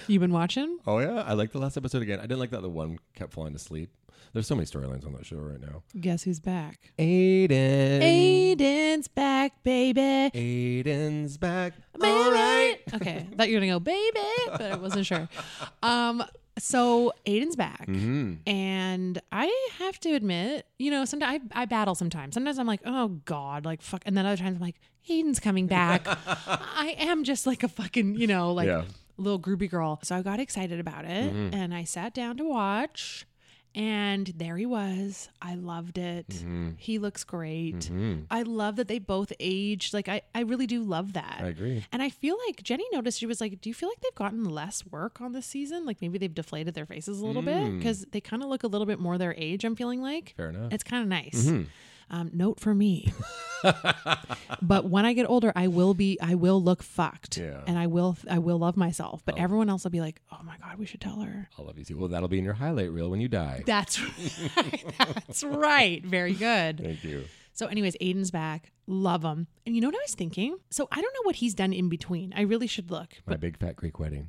You've been watching? Oh yeah, I liked the last episode again. I didn't like that the one kept falling asleep. There's so many storylines on that show right now. Guess who's back? Aiden. Aiden's back, baby. Aiden's back. Baby. Okay. I thought you were going to go, baby, but I wasn't sure. Um, so Aiden's back. And I have to admit, you know, sometimes I, I battle sometimes. Sometimes I'm like, oh God, like fuck. And then other times I'm like, Aiden's coming back. I am just like a fucking, you know, like Yeah. little groupie girl. So I got excited about it and I sat down to watch. And there he was. I loved it. Mm-hmm. He looks great. I love that they both aged. Like I, I really do love that. I agree. And I feel like Jenny noticed she was like, Do you feel like they've gotten less work on this season? Like maybe they've deflated their faces a little bit because they kind of look a little bit more their age, I'm feeling like. Mm. Fair enough. Mm-hmm. It's kind of nice. Um, note for me. but when I get older, I will be, I will look fucked, Yeah. and I will, I will love myself. But everyone else will be like, "Oh my god, we should tell her." I love you too. Well, that'll be in your highlight reel when you die. That's right. that's right. Very good. Thank you. So, anyways, Aiden's back. Love him. And you know what I was thinking? So I don't know what he's done in between. I really should look. My big fat Greek wedding.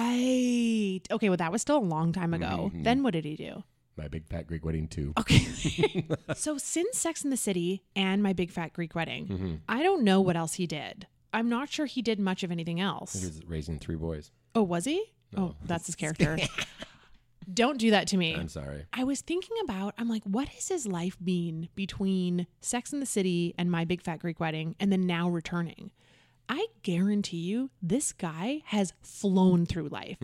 Right. Okay. Well, that was still a long time ago. Then what did he do? My big fat Greek wedding too. Oh. Okay. so since Sex in the City and My Big Fat Greek Wedding, I don't know what else he did. I'm not sure he did much of anything He else. was raising three boys. Oh, was he? Oh, that's his character. don't do that to me. I'm sorry. I was thinking about, I'm like, what has his life been between Sex in the City and My Big Fat Greek Wedding and then now returning? I guarantee you, this guy has flown through life.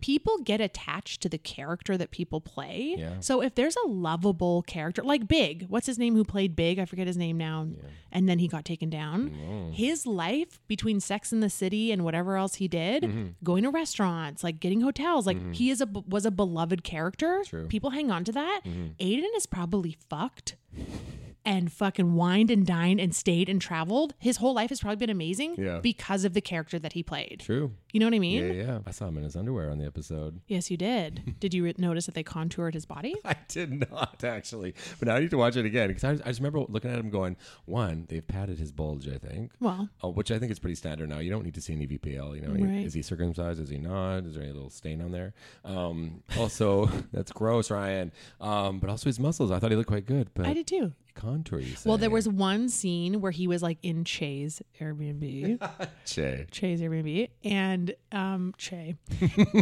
People get attached to the character that people play. Yeah. So if there's a lovable character, like Big, what's his name who played Big? I forget his name now. And then he got taken down. His life between Sex in the City and whatever else he did, going to restaurants, like getting hotels, like he is a was a beloved character. People hang on to that. Aiden is probably fucked and fucking wined and dined and stayed and traveled. His whole life has probably been amazing Yeah. because of the character that he played. True. You know what I Yeah, mean? yeah. I saw him in his underwear on the episode. Yes, you did. did you re- notice that they contoured his body? I did not actually, but now I need to watch it again because I, I just remember looking at him going, one, they've padded his bulge, I think. Well, Oh, which I think is pretty standard now. You don't need to see E any VPL. You know, Right. is he circumcised? Is he not? Is there any little stain on there? Um, also, that's gross, Ryan. Um, but also his muscles. I thought he looked quite good, but I did too. contour. You Well, there say. was one scene where he was like in Che's Airbnb, Che. Che's Airbnb, and um Che,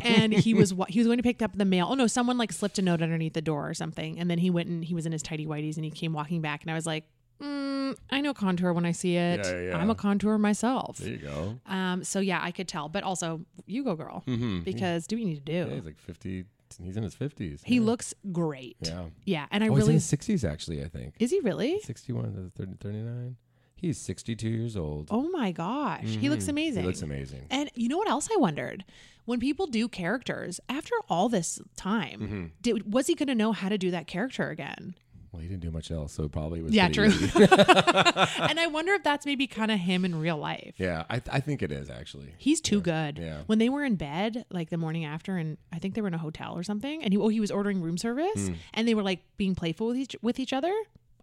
and he was wa- he was going to pick up the mail. Oh no, someone like slipped a note underneath the door or something, and then he went and he was in his tidy whities and he came walking back, and I was like, mm, I know contour when I see it. Yeah, yeah, yeah. I'm a contour myself. There you go. Um, so yeah, I could tell, but also you go girl because do what you need to do. Mm-hmm. Yeah, he's like fifty. He's in his fifties. he looks great. Yeah. yeah, and I Oh, he's in really his sixties actually. I think is he really? sixty-one to 30, 39. He's sixty-two years old. Oh my gosh, he looks amazing. Mm-hmm. He looks amazing. And you know what else I wondered? When people do characters, after all this time, Mm-hmm. did, was he going to know how to do that character again? Well, he didn't do much else, so it probably was. yeah, pretty true. easy. and I wonder if that's maybe kind of him in real life. yeah, I, I think it is actually. He's too good. Yeah. When they were in bed, like the morning after, and I think they were in a hotel or something, and he, oh, he was ordering room service, Hmm. and they were like being playful with each with each other.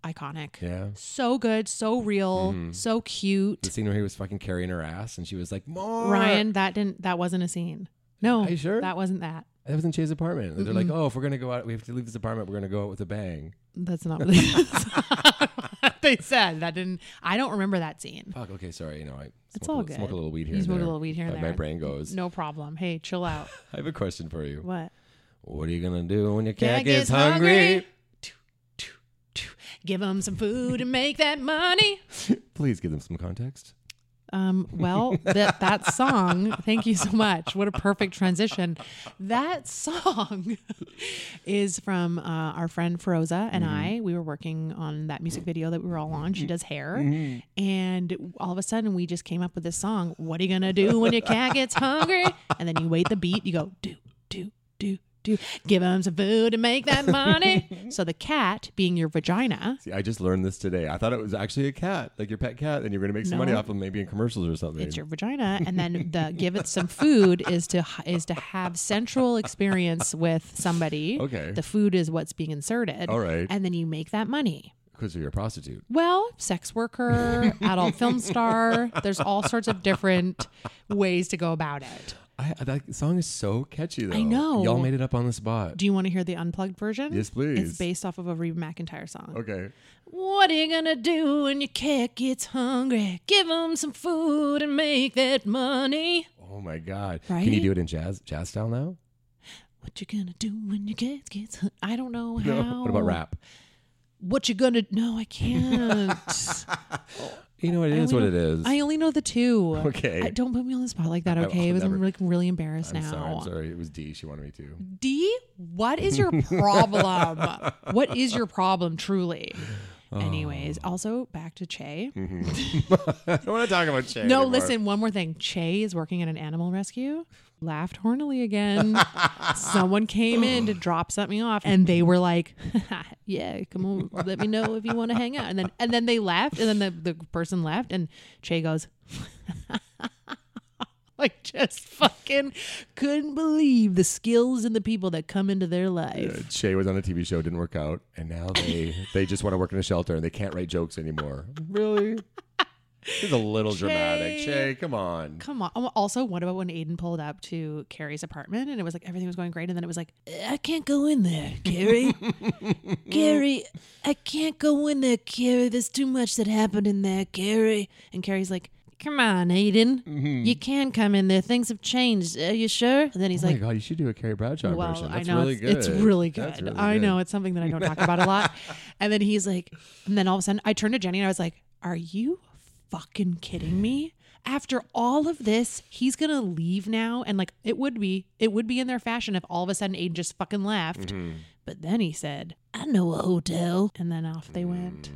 Iconic. Yeah. Mm-hmm. So good, so real, so The cute. scene where he was fucking carrying her ass, and she was like, "More." Ryan, that didn't that wasn't a scene. No, Are you sure? that wasn't that. That was in Che's apartment. They're like, oh, if we're gonna go out, we have to leave this apartment. We're gonna go out with a bang. That's not. What it is. what they said. That didn't. I don't remember that scene. Fuck. Okay. Sorry. You know, I It's smoke a all little- good. Smoke a little weed here. You and smoke a there. little weed here and Uh, there. My brain goes. No problem. Hey, chill out. I have a question for you. What? What are you gonna do when your Cat cat gets hungry? Tw- tw- tw- Give them some food and make that money. Please give them some context. Um, well, that that song. Thank you so much. What a perfect transition. That song is from uh, our friend Feroza and I. We were working on that music video that we were all on. She does hair, and all of a sudden we just came up with this song. What are you gonna do when your cat gets hungry? And then you wait the beat. You go do do do do. Give him some food and make that money. so the cat, being your vagina, See, I just learned this today. I thought it was actually a cat, like your pet cat, and you're gonna make some money No. off of maybe in commercials or something. it's your vagina and then the give it some food is to is to have sensual experience with somebody Okay. the food is what's being inserted All right. and then you make that money Because you're a prostitute. well sex worker adult film star there's all sorts of different ways to go about it I, that song is so catchy though. I know. Y'all made it up on the spot. do you want to hear the unplugged version Yes, please. it's based off of a reba mcintyre song okay. What are you gonna do when your cat gets hungry? Give him some food and make that money. Oh my God. Can you Right? do it in jazz jazz style now? What you gonna do when your cat gets? hun- I don't know how. What about rap? What you gonna? No, I can't. You know what I it is. only What it know- is. I only know the two. Okay. I, don't put me on the spot like that. I- Okay, I'll I, was, I'm never- like really embarrassed I'm now. sorry. I'm sorry. It was D. She wanted me to. D, what is your problem? what is your problem, truly? Oh. Anyways, also back to Che. I don't want to talk about Shay. no, listen, one more thing. Che is working at an animal rescue. Laughed hornily again. Someone came in to drop something off, and they were like, "Yeah, come on, let me know if you want to hang out." And then, and then they left, and then the, the person left, and Che goes, "Like just fucking couldn't believe the skills and the people that come into their life." Shay was on a TV show, didn't work out, and now they they just want to work in a shelter and they can't write jokes anymore. really? It's a little dramatic. Shay. Shay, come on. Come on. Oh, Also, what about when Aiden pulled up to Carrie's apartment and it was like everything was going great, and then it was like, I can't go in there, Carrie. Carrie, I can't go in there, Carrie. There's too much that happened in there, Carrie. And Carrie's like, Come on, Aiden. You can come in there. Things have changed. Are you sure? And then he's oh like, my God, you should do a Carrie Bradshaw well, version. I That's know really good. it's, it's really good. That's really I know good. it's something that I don't talk about a lot. And then he's like, and then all of a sudden, I turned to Jenny and I was like, "Are you fucking kidding me?" After all of this, he's gonna leave now, and like it would be, it would be in their fashion if all of a sudden Aiden just fucking left. Mm-hmm. But then he said, "I know a hotel," and then off Mm. they went.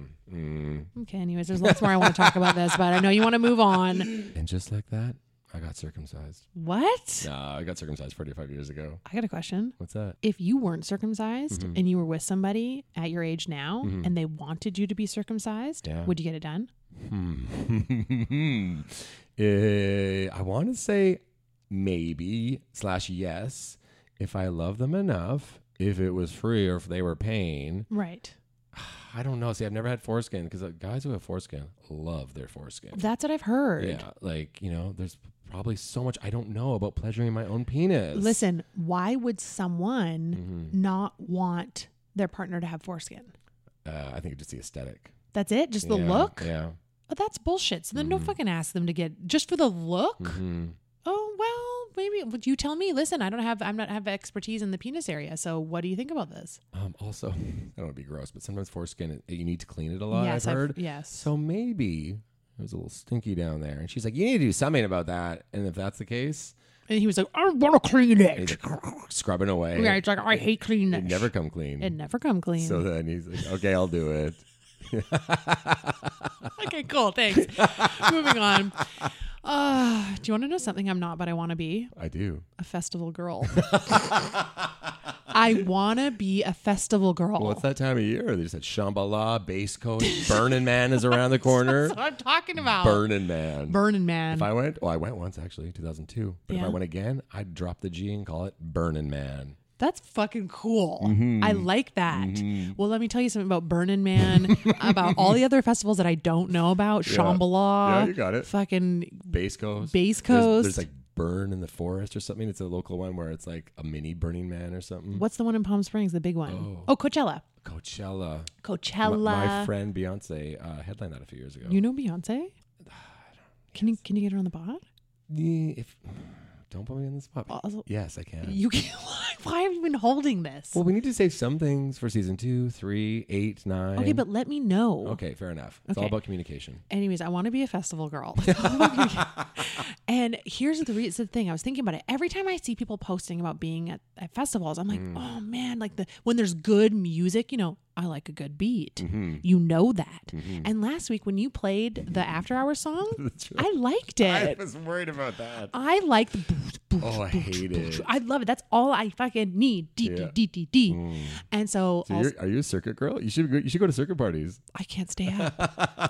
Okay, anyways, there's lots more I want to talk about this, but I know you want to move on. And just like that, I got circumcised. What? Nah, I got circumcised 45 years ago. I got a question. What's that? if you weren't circumcised Mm-hmm. and you were with somebody at your age now and they wanted you to be circumcised, Yeah. would you get it done? Hmm. Eh, I want to say maybe slash yes if I love them enough. If it was free or if they were paying, Right. I don't know. See, I've never had foreskin because guys who have foreskin love their foreskin. That's what I've heard. yeah, like you know, there's probably so much I don't know about pleasuring my own penis. Listen, why would someone Mm-hmm. not want their partner to have foreskin? uh, I think just the aesthetic, That's it? Just the Yeah, look? Yeah, Mm-hmm. Oh, that's bullshit. So then don't fucking ask them to get just for the look. Mhm. Oh, well, maybe would you tell me? Listen, I don't have I'm not have expertise in the penis area. So what do you think about this? Um, also, I don't want to be gross, but sometimes foreskin it- you need to clean it a lot. Yes, I've I've- heard. yes. So maybe it was a little stinky down there, and she's like, "You need to do something about that." And if that's the case, And he was like, I don't want to clean and it. he's like, scrubbing away. Yeah, it's like I hate clean It never come clean. It never come clean. so then he's like, "Okay, I'll do it." okay, cool. Thanks. Moving on. Uh, do you want to know something I'm not, but I want to be? I do. A festival girl. I want to be a festival girl. Well, it's that time of year. They just had Shambhala, Base Coat, Burning Man is around the corner. That's what I'm talking about. Burning Man. Burning Man. If I went, well, I went once actually, 2002. But if I Yeah. went again, I'd drop the G and call it Burning Man. That's fucking cool. Mm-hmm. I like that. Well, let me tell you something about Burning Man, about all the other festivals that I don't know about. Shambhala. Yeah, you got it. Fucking Base Coast. Base There's- There's, Coast. like burn in the forest or something. It's a local one where it's like a mini Burning Man or something. What's the one in Palm Springs? The big one. Oh, Coachella. Coachella. Coachella. My, my friend Beyonce uh, headlined that a few years ago. You know Beyonce? Can you can you get her on the pod? Yeah, if don't put me on the spot. Also- yes, I can. Uh, You can't. Why have you been holding this? well, we need to save some things for season two, three, eight, nine. okay, but let me know. okay, fair enough. It's all Okay. about communication. Anyways, I want to be a festival girl. and here's the re- it's the thing. I was thinking about it. Every time I see people posting about being at, at festivals, I'm like, Mm. oh man, like the when there's good music, you know, I like a good beat. Mm-hmm. You know that. And last week when you played the after hours song, I liked it. was worried about that. I like the Oh, I hate it. I love it. That's all I fucking need. D Yeah. Mm. D D D D. And so, So also- you're, are you a circuit girl? You should go, you should go to circuit parties. I can't stay up.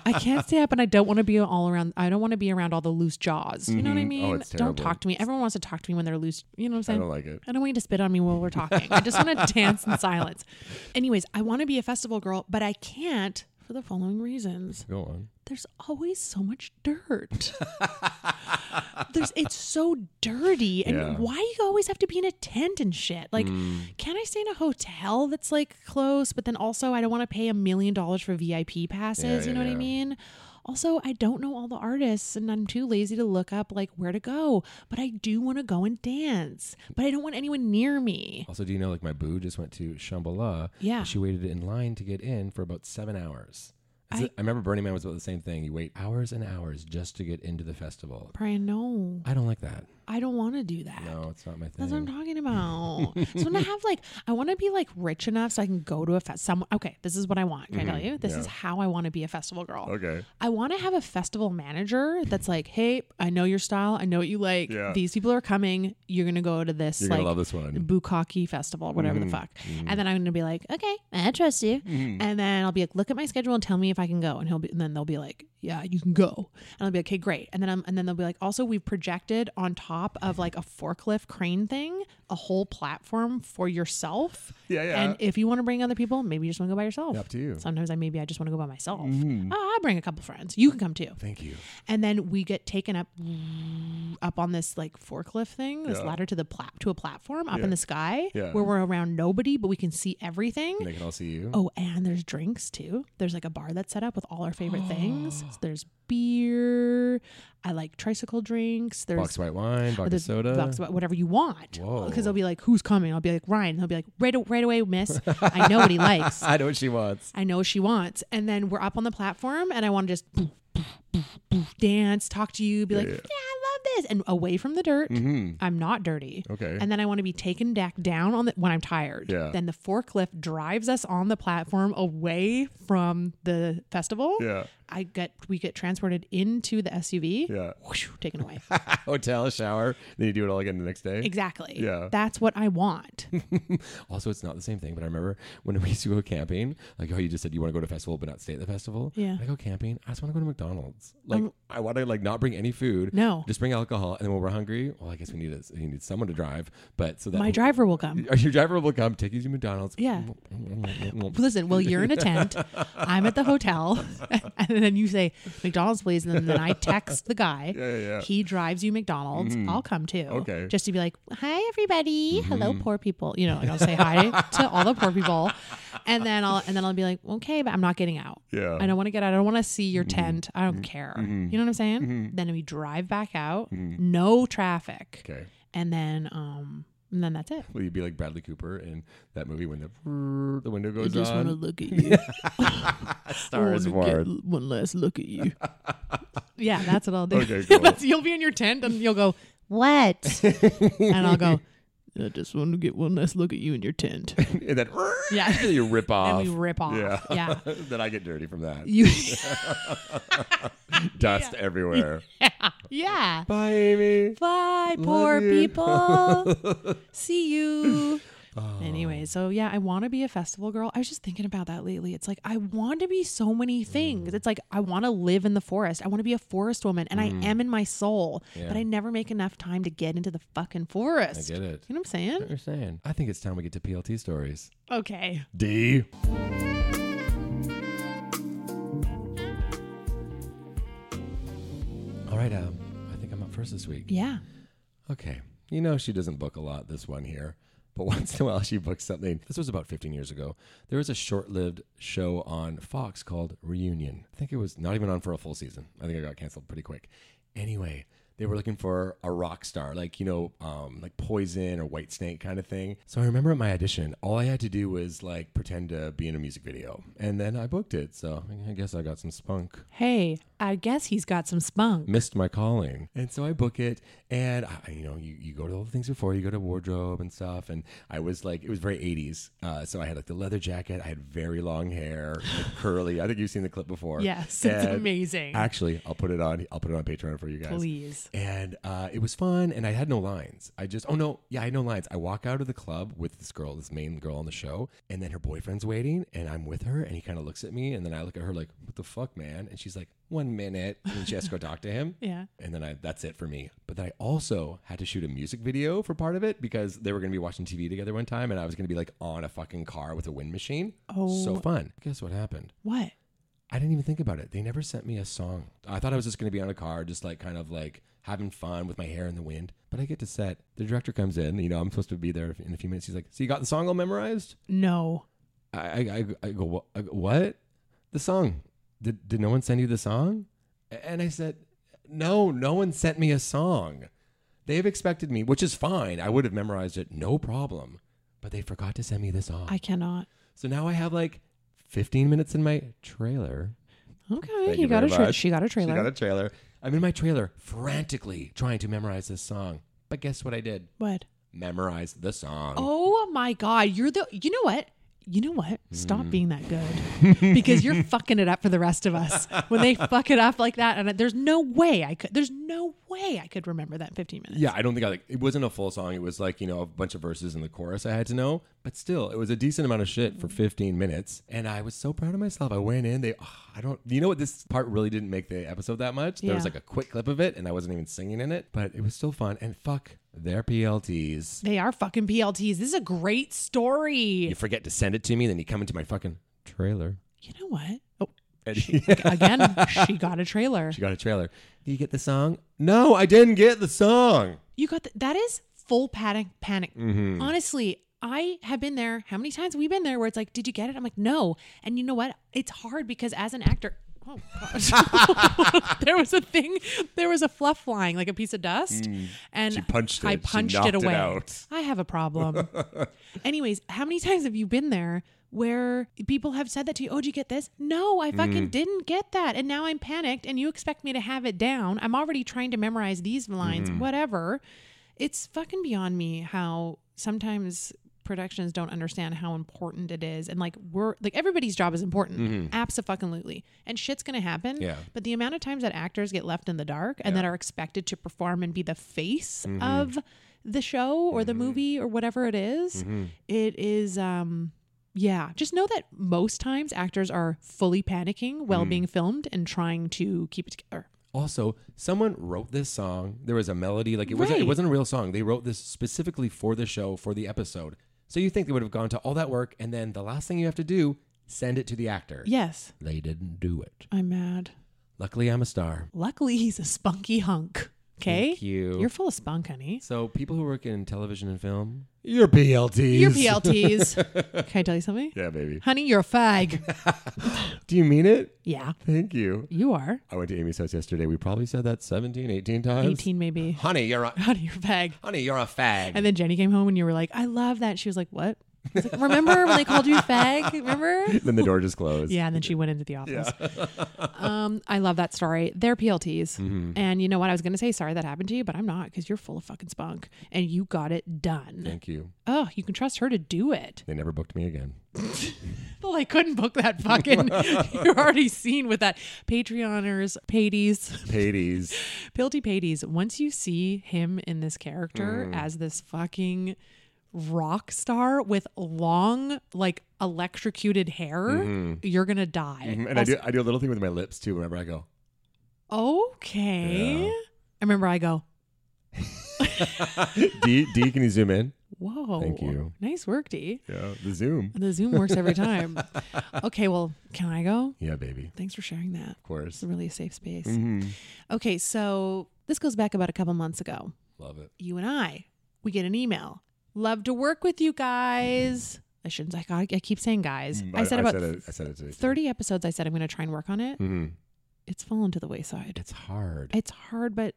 I can't stay up, and I don't want to be all around. I don't want to be around all the loose jaws. You know what I Mhm. mean? Oh, it's don't terrible. talk to me. Everyone wants to talk to me when they're loose. You know what I'm I saying? don't like it. I don't want you to spit on me while we're talking. I just want to dance in silence. Anyways, I want to be a festival girl, but I can't for the following reasons. Go on. There's always so much dirt. There's it's so dirty. And Yeah. Mm. why you always have to be in a tent and shit? Like, can I stay in a hotel that's like close, but then also I don't want to pay a million dollars for VIP passes, Yeah, you know yeah, what I yeah. mean? Also, I don't know all the artists and I'm too lazy to look up like where to go, but I do want to go and dance, but I don't want anyone near me. Also, do you know like my boo just went to Shambhala? Yeah. and she waited in line to get in for about seven hours. It's I- a- I remember Burning Man was about the same thing. You wait hours and hours just to get into the festival. Brian, no. I don't like that. I don't want to do that. No, it's not my thing. That's what I'm talking about. so when I have like, I want to be like rich enough so I can go to a fest. Some okay, this is what I want. Can I tell you? This is how I want to be a festival girl. Mm-hmm. Okay. I want to have a festival manager that's like, hey, I know your style. I know what you like. Yeah. These people are coming. You're gonna go to this. You're like, gonna love this one. Mm-hmm. Bukaki festival, whatever the fuck. And then I'm gonna be like, okay, I trust you. And then I'll be like, look at my schedule and tell me if I can go. And he'll be, and then they'll be like, yeah, you can go. And I'll be like, okay, great. And then I'm, and then they'll be like, also we've projected on top of like a forklift crane thing, a whole platform for yourself. Yeah, yeah. And if you want to bring other people, maybe you just want to go by yourself. Up to you. Sometimes I maybe I just want to go by myself. Mm-hmm. Oh, I'll bring a couple friends. You can come too. Thank you. And then we get taken up up on this like forklift thing, this Yeah. ladder to the plat to a platform up Yeah. in the sky Yeah. where we're around nobody, but we can see everything. And they can all see you. Oh, and there's drinks too. There's like a bar that's set up with all our favorite things. So there's beer. I like tricycle drinks. There's box white wine, box of there's soda. box of whatever you want. Whoa. Because they'll be like, "Who's coming?" I'll be like, "Ryan." They'll be like, "Right, right away, Miss. I know what he likes." I know what she wants. I know she wants. And then we're up on the platform, and I want to just boof, boof, boof, boof, dance, talk to you, be like, yeah, I love this, and away from the dirt. I'm not dirty. Mm-hmm. Okay. And then I want to be taken back down on the when I'm tired. Yeah. Then the forklift drives us on the platform away from the festival. Yeah. I get we get transported into the SUV. Yeah. Whoosh, taken away. Hotel, shower, then you do it all again the next day. exactly. Yeah. That's what I want. Also, it's not the same thing, but I remember when we used to go camping, like, oh, you just said you want to go to a festival but not stay at the festival. Yeah. Um, When I go camping, I just want to go to McDonald's. Like, I want to, like, not bring any food. No. Just bring alcohol. And then when we're hungry, well, I guess we need, a, we need someone to drive. But so that. My driver will come. Your driver will come, take you to McDonald's. Yeah. Listen, well, you're in a tent. I'm at the hotel. And then you say, McDonald's, please. And then, then I text the guy. yeah, yeah. Mm-hmm. He drives you McDonald's. I'll come too. Okay. Mm-hmm. Just to be like, hi, everybody. Hello, poor people. You know, and I'll say hi to all the poor people. And then I'll, and then I'll be like, okay, but I'm not getting out. Yeah. I don't want to get out. I don't want to see your Mm-hmm. tent. I don't care. You know what I'm saying? Then we drive back out. No traffic. Mm-hmm. Okay. And then, um, and then that's it. Will you be like Bradley Cooper in that movie when the, the window goes wanna on? look at you. I wanna get l- one last look at you. yeah, that's what I'll do. Okay, cool. That's- you'll be in your tent and you'll go, What? and I'll go, I just want to get one last look at you in your tent. and then Yeah. you rip off. And we rip off. Yeah. Yeah. then I get dirty from that. You, Dust everywhere. yeah. Bye, Amy. Bye, poor people. See you. Oh. Anyway, so yeah, I want to be a festival girl. I was just thinking about that lately. It's like I want to be so many things. Mm. It's like I want to live in the forest. I want to be a forest woman, and Mm. I am in my soul, but I never make enough time to get into the fucking forest. get it. You know what I'm saying? You're saying. I think it's time we get to PLT stories. Okay. D. All right, um, I think I'm up first this week. Yeah. okay, you know she doesn't book a lot, this one here, but once in a while she books something. This was about 15 years ago. There was a short lived show on Fox called Reunion. I think it was not even on for a full season. I think I got canceled pretty quick. Anyway, they were looking for a rock star, like, you know, um, like Poison or White Snake kind of thing. So I remember at my audition, all I had to do was like pretend to be in a music video. And then I booked it. So I guess I got some spunk Hey, I guess he's got some spunk. missed my calling. And so I book it and I, you know, you, you go to all the things before, you go to wardrobe and stuff. And I was like, it was very 80s. Uh, so I had like the leather jacket. I had very long hair, like curly. I think you've seen the clip before. Yes, it's And amazing. Actually, I'll put it on, I'll put it on Patreon for you guys. Please. And uh, it was fun, and I had no lines. I just, oh no, yeah, I had no lines. I walk out of the club with this girl, this main girl on the show, and then her boyfriend's waiting, and I'm with her, and he kind of looks at me, and then I look at her like, what the fuck, man? And she's like, one minute, and she has to go talk to him. Yeah. And then I, that's it for me. But then I also had to shoot a music video for part of it because they were going to be watching TV together one time, and I was going to be like on a fucking car with a wind machine. Oh. So fun. Guess what happened? What? I didn't even think about it. They never sent me a song. I thought I was just going to be on a car, just like kind of like having fun with my hair in the wind. But I get to set. The director comes in. You know, I'm supposed to be there in a few minutes. He's like, "So you got the song all memorized?" No. I I, I, I go, "Wha- I go, "What? The song? Did did no one send you the song?" A- And I said, "No, no one sent me a song. They've expected me, which is fine. I would have memorized it, no problem. But they forgot to send me the song. I cannot. so now I have like 15 minutes in my trailer." Okay, Thank you, got very a tra- much. she got a trailer. She got a trailer. I'm in my trailer frantically trying to memorize this song. But guess what I did? what? Memorize the song. Oh my god, you're the you know what? You know what? Mm. Stop being that good because you're fucking it up for the rest of us. When they fuck it up like that, and there's no way I could, there's no way I could remember that in 15 minutes. Yeah, I don't think I like it wasn't a full song. It was like, you know, a bunch of verses in the chorus I had to know, but still it was a decent amount of shit for 15 minutes and I was so proud of myself. I went in, they ah, I don't you know what this part really didn't make the episode that much. There Yeah. was like a quick clip of it and I wasn't even singing in it, but it was still fun and fuck their PLTs. They are fucking PLTs. This is a great story. You forget to send it to me, then you come into my fucking trailer. You know what? Oh, And again, she got a trailer. She got a trailer. Did you get the song? No, I didn't get the song. You got the, that is full panic panic. Mm-hmm. Honestly, I have been there. How many times have we been there where it's like, did you get it? I'm like, no. And you know what? It's hard because as an actor, oh god, there was a thing, there was a fluff flying like a piece of dust, Mm. and She punched it. I She punched knocked it it away. out. I have a problem. Anyways, how many times have you been there? Where people have said that to you, oh, did you get this? No, I fucking didn't get that. And now I'm panicked, and you expect me to have it down. I'm already trying to memorize these lines, whatever it's fucking beyond me how sometimes productions don't understand how important it is and like we're like everybody's job is important absolutely and shit's gonna happen Yeah. but the amount of times that actors get left in the dark and that are expected to perform and be the face of the show or Mm-hmm. the movie or whatever it is, it is um yeah just know that most times actors are fully panicking Mm. while being filmed and trying to keep it together Also, someone wrote this song. There was a melody. Like it wasn't. It Right. wasn't a real song. They wrote this specifically for the show, for the episode. So you think they would have gone to all that work, and then the last thing you have to do, send it to the actor. yes They didn't do it. i'm mad Luckily, I'm a star. Luckily, he's a spunky hunk. Okay, Thank you. You're full of spunk, honey. So people who work in television and film, you're PLTs. You're PLTs. Can I tell you something? yeah, baby. Honey, you're a fag. Do you mean it? yeah, Thank you. you are. I went to Amy's house yesterday. We probably said that 17, 18 times. 18 maybe. Honey, you're a Honey, you're a fag. honey, you're a fag. And then Jenny came home and you were like, I love that. She was like, What? I was like, Remember when they called you fag? Remember? Then the door just closed. Yeah, and then she went into the office. um, I love that story. They're PLTs. Mm-hmm. And you know what? I was going to say, sorry that happened to you, but I'm not because you're full of fucking spunk and you got it done. Thank you. Oh, you can trust her to do it. They never booked me again. Well, I couldn't book that fucking. you're already seen with that Patreoners, Pades, Hades. Pilty Pades. Once you see him in this character Mm. as this fucking rock star with long, like electrocuted hair, you're gonna die. Mm-hmm. And I do I do a little thing with my lips too. Remember I go, Okay. I remember I go, D D can you zoom in? whoa. Thank you. Nice work, D. Yeah, the zoom. The Zoom works every time. okay, well, can I go? Yeah, baby. Thanks for sharing that. Of course. Mm-hmm. It's really a safe space. Okay, so this goes back about a couple months ago. Love it. you and I, we get an email. Love to work with you guys. I shouldn't. I, got, I keep saying guys. I, said about it, Mm, Mm-hmm. I said it today. too. thirty episodes. I said I'm going to try and work on it. Mhm. It's fallen to the wayside. It's hard. It's hard, but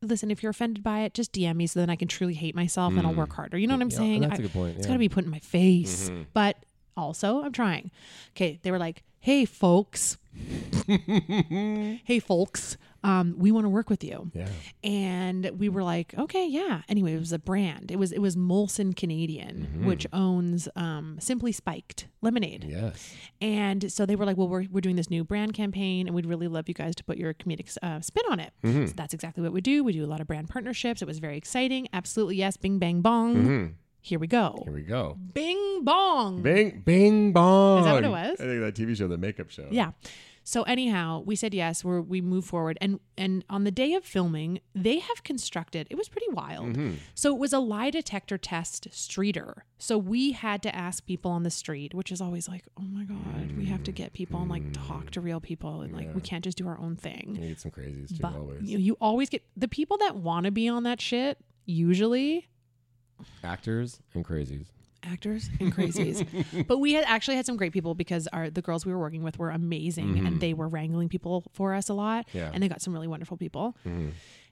listen, if you're offended by it, just DM me so then I can truly hate myself and I'll work harder. You know what I'm Mm. Yeah, saying? that's I- a good point, It's yeah. Mm-hmm. got to be put in my face, but also I'm trying. Okay, they were like, "Hey, folks, hey, folks, um, we want to work with you." yeah. and we were like okay yeah anyway it was a brand it was it was molson canadian Mm-hmm. which owns um, simply spiked lemonade Yes. and so they were like well we're, we're doing this new brand campaign and we'd really love you guys to put your comedic uh, spin on it Mm-hmm. so that's exactly what we do we do a lot of brand partnerships it was very exciting absolutely yes bing bang bong here we go Mm-hmm. Here we go. bing bong Bing, bing, bong. Mm-hmm. Is that what it was? I think that TV show, the makeup show. Yeah. So anyhow, we said yes. We we move forward, and and on the day of filming, they have constructed. It was pretty wild. Mm-hmm. So it was a lie detector test streeter. So we had to ask people on the street, which is always like, oh my god, we have to get people and like talk to real people, and like we can't just do our own thing. You get some crazies too, But always. you, you always get the people that want to be on that shit. Usually, Actors and crazies. actors and crazies. but we had actually had some great people because our the girls we were working with were amazing and they were wrangling people for us a lot. Yeah. And they got some really wonderful people.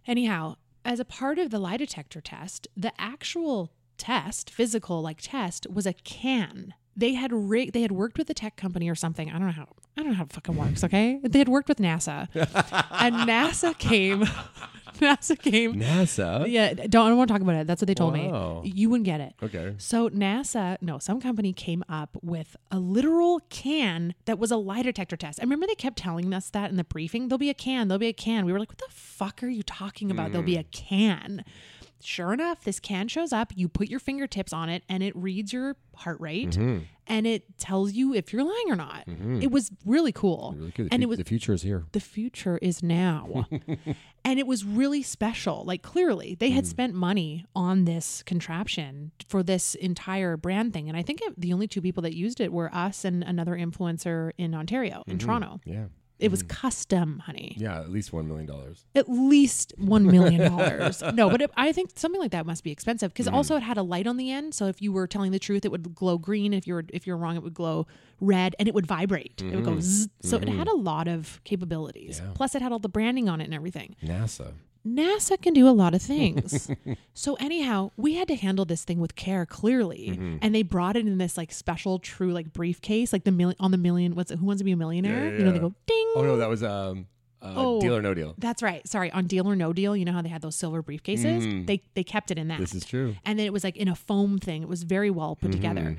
Anyhow, as a part of the lie detector test, the actual test, physical like test, was a can. They had rig- they had worked with a tech company or something. I don't know how I don't know how it fucking works, okay? They had worked with NASA. and NASA came NASA came NASA. yeah, don't I don't want to talk about it. That's what they told Wow. me. You wouldn't get it. Okay. So NASA, no, some company came up with a literal can that was a lie detector test. I remember they kept telling us that in the briefing. There'll be a can. There'll be a can. We were like, what the fuck are you talking about? There'll Hmm. be a can. Sure enough, this can shows up. You put your fingertips on it, and it reads your heart rate, Mm-hmm. and it tells you if you're lying or not. It was really cool. Really good. The And fu- it was the future is here. the future is now. and it was really special. Like, clearly, they had spent money on this contraption for this entire brand thing. And I think it, the only two people that used it were us and another influencer in Ontario, in Toronto. Yeah. It was custom, honey. Yeah, at least one million dollars. At least $1 million. no, but it, I think something like that must be expensive Mm. because also it had a light on the end. So if you were telling the truth, it would glow green. If you were, if you were wrong, it would glow red and it would vibrate. It would Mm. go zzz. So it had a lot of capabilities. Plus, it had all the branding on it and everything. NASA. NASA can do a lot of things. so anyhow, we had to handle this thing with care clearly, Mm-hmm. and they brought it in this like special true like briefcase, like the million on the million. What's it, who wants to be a millionaire? Yeah, yeah, You know they yeah. go ding. Oh no, that was um uh, Oh. Deal or No Deal. That's right. Sorry, on Deal or No Deal, you know how they had those silver briefcases? They they kept it in that. Mm. This is true. Mm-hmm. And then it was like in a foam thing. It was very well put together.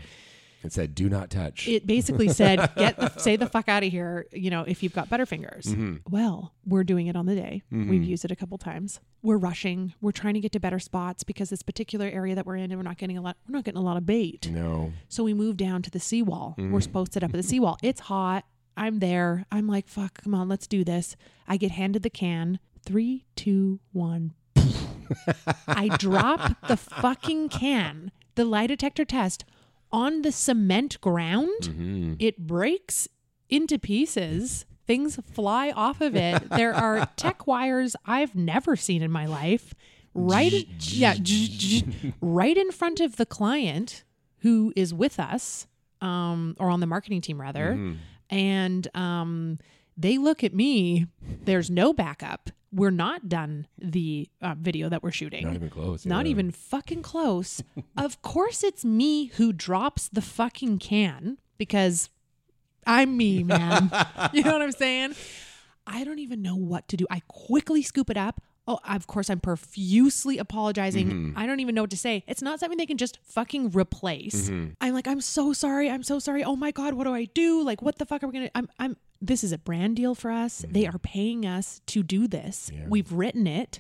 It said, "Do not touch." It basically said, "Get the, say the fuck out of here," you know, if you've got better fingers. Mm-hmm. Well, we're doing it on the day. We've used it a couple times. We're rushing. We're trying to get to better spots because this particular area that we're in, and we're not getting a lot. We're not getting a lot of bait. no. So we move down to the seawall. We're posted up at the seawall. It's hot. I'm there. I'm like, fuck, come on, let's do this. I get handed the can. Three, two, one. I drop the fucking can, the lie detector test, on the cement ground. Mm. It breaks into pieces. Things fly off of it. There are tech wires I've never seen in my life. Right, yeah, right in front of the client who is with us, um, or on the marketing team rather, Mm-hmm. and um, they look at me. There's no backup. We're not done the uh, video that we're shooting. Not even close. Not yeah. even fucking close. of course, it's me who drops the fucking can because I'm me, man. you know what I'm saying? I don't even know what to do. I quickly scoop it up. Oh, of course, I'm profusely apologizing. I don't even know what to say. It's not something they can just fucking replace. I'm like, I'm so sorry. I'm so sorry. Oh my god, what do I do? Like, what the fuck are we gonna? I'm, I'm. This is a brand deal for us. They are paying us to do this. We've written it.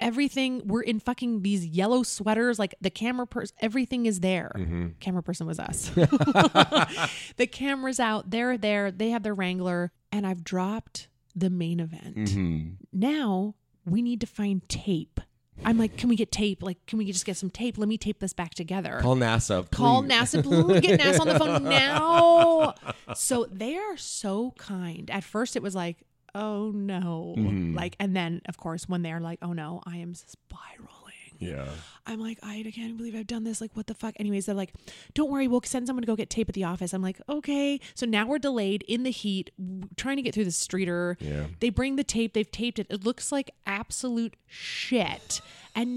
Everything. We're in fucking these yellow sweaters. Like the camera person. Everything is there. Camera person was us. the camera's out. They're there. They have their wrangler, and I've dropped the main event Mhm. now we need to find tape. I'm like, can we get tape? Like, can we just get some tape? Let me tape this back together. Call NASA. Call please. NASA. Blue, E get NASA on the phone now. So they are so kind. At first, it was like, oh no. Like, and then, of course, when they're like, oh no, I am spiraling. me. Yeah. I'm like, I can't believe I've done this. Like, what the fuck? Anyways, they're like, don't worry, we'll send someone to go get tape at the office. I'm like, okay. So now we're delayed in the heat, w- trying to get through the streeter. Yeah. They bring the tape. They've taped it. It looks like absolute shit. And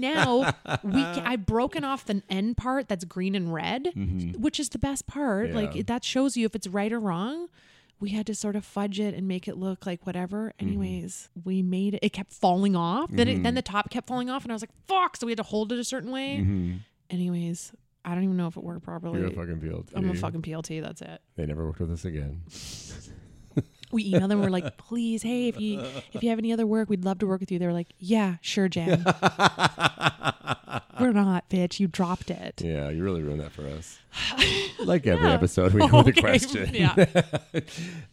now we, ca- I've broken off the end part that's green and red, which is the best part. Like Mm-hmm. Yeah. it- that shows you if it's right or wrong. We had to sort of fudge it and make it look like whatever. Mm-hmm. Anyways, we made it. It kept falling off. Then, it, then the top kept falling off, and I was like, "Fuck!" So we had to hold it a certain way. Anyways, I don't even know if it worked properly. Mm-hmm. You're a fucking PLT. Oh, I'm a fucking PLT. That's it. They never worked with us again. We emailed them. We're like, please, hey, if you if you have any other work, we'd love to work with you. They were like, yeah, sure, Jan. we're not, bitch. You dropped it. Yeah, you really ruined that for us. Like every Yeah. episode, we know the Okay, question. yeah.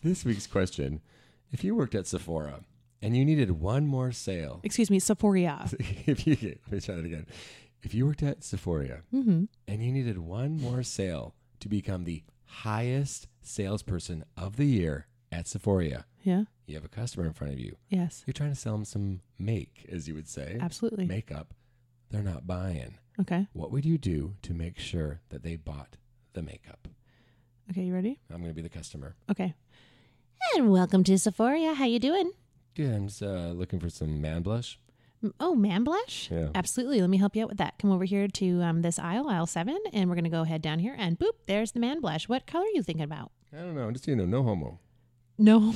this week's question: If you worked at Sephora and you needed one more sale, Excuse me, Sephora. if you let me try that again, if you worked at Sephora and you needed one more sale to become the highest salesperson of the year at Sephora, Yeah. you have a customer in front of you. Yes. You're trying to sell them some make, as you would say, Absolutely. makeup. They're not buying. Okay. What would you do to make sure that they bought the makeup? Okay. You ready? I'm going to be the customer. Okay. And welcome to Sephora. How you doing? Yeah, I'm just uh, looking for some man blush. M- Oh, man blush? Yeah. Absolutely. Let me help you out with that. Come over here to um, this aisle, aisle seven, and we're going to go head down here and boop, there's the man blush. What color are you thinking about? I don't know. Just you know, no homo. No.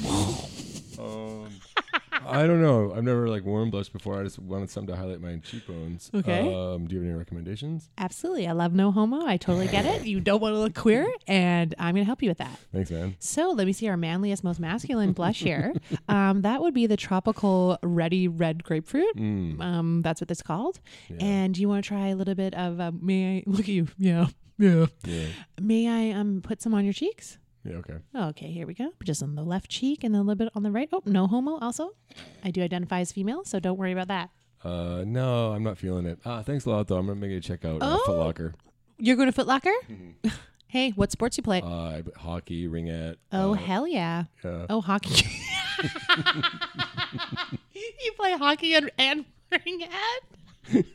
I don't know. I've never like worn blush before. I just wanted something to highlight my cheekbones. Okay. Um, do you have any recommendations? Absolutely. I love no homo. I totally get it. You don't want to look queer, and I'm going to help you with that. Thanks, man. So let me see our manliest, most masculine blush here. Um, that would be the tropical ready red grapefruit. Um, that's what it's called. And you want to try a little bit of uh, may I look at you? Yeah, yeah. May I um put some on your cheeks? Yeah. Okay. Okay, here we go. Just on the left cheek and then a little bit on the right. Oh, no homo. Also, I do identify as female, so don't worry about that. Uh, no, I'm not feeling it. Ah, thanks a lot though. I'm gonna make a check out uh, Oh. Foot Locker. You're going to Foot Locker? hey, what sports you play? Mm-hmm. Uh, hockey, ringette. oh hell yeah! yeah. Oh hockey. you play hockey and, and ring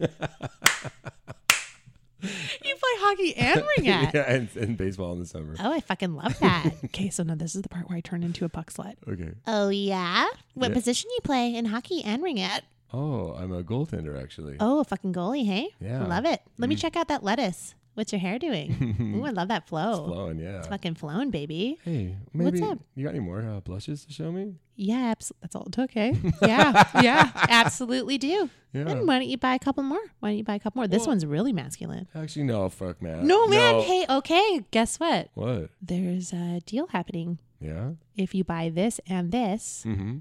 at. you play hockey and ring at. yeah, and, and baseball in the summer. Oh, I fucking love that. okay, so now this is the part where I turn into a puck slut. Okay. Oh yeah. What Yeah. position you play in hockey and ring at? Oh, I'm a goaltender actually. Oh, a fucking goalie, hey? Yeah. Mm. Love it. Let me check out that lettuce. What's your hair doing? Ooh, I love that flow. It's flowing, yeah. It's fucking flowing, baby. Hey, maybe up? you got any more uh, blushes to show me? Yeah, abs- that's all it took, hey? Yeah, yeah, absolutely do. Yeah. Then why don't you buy a couple more? Why don't you buy a couple more? This one's really masculine. Actually, no. Fuck, man. No, man. Hey, okay. Guess what? What? There's a deal happening. Yeah. If you buy this and this, Mm-hmm.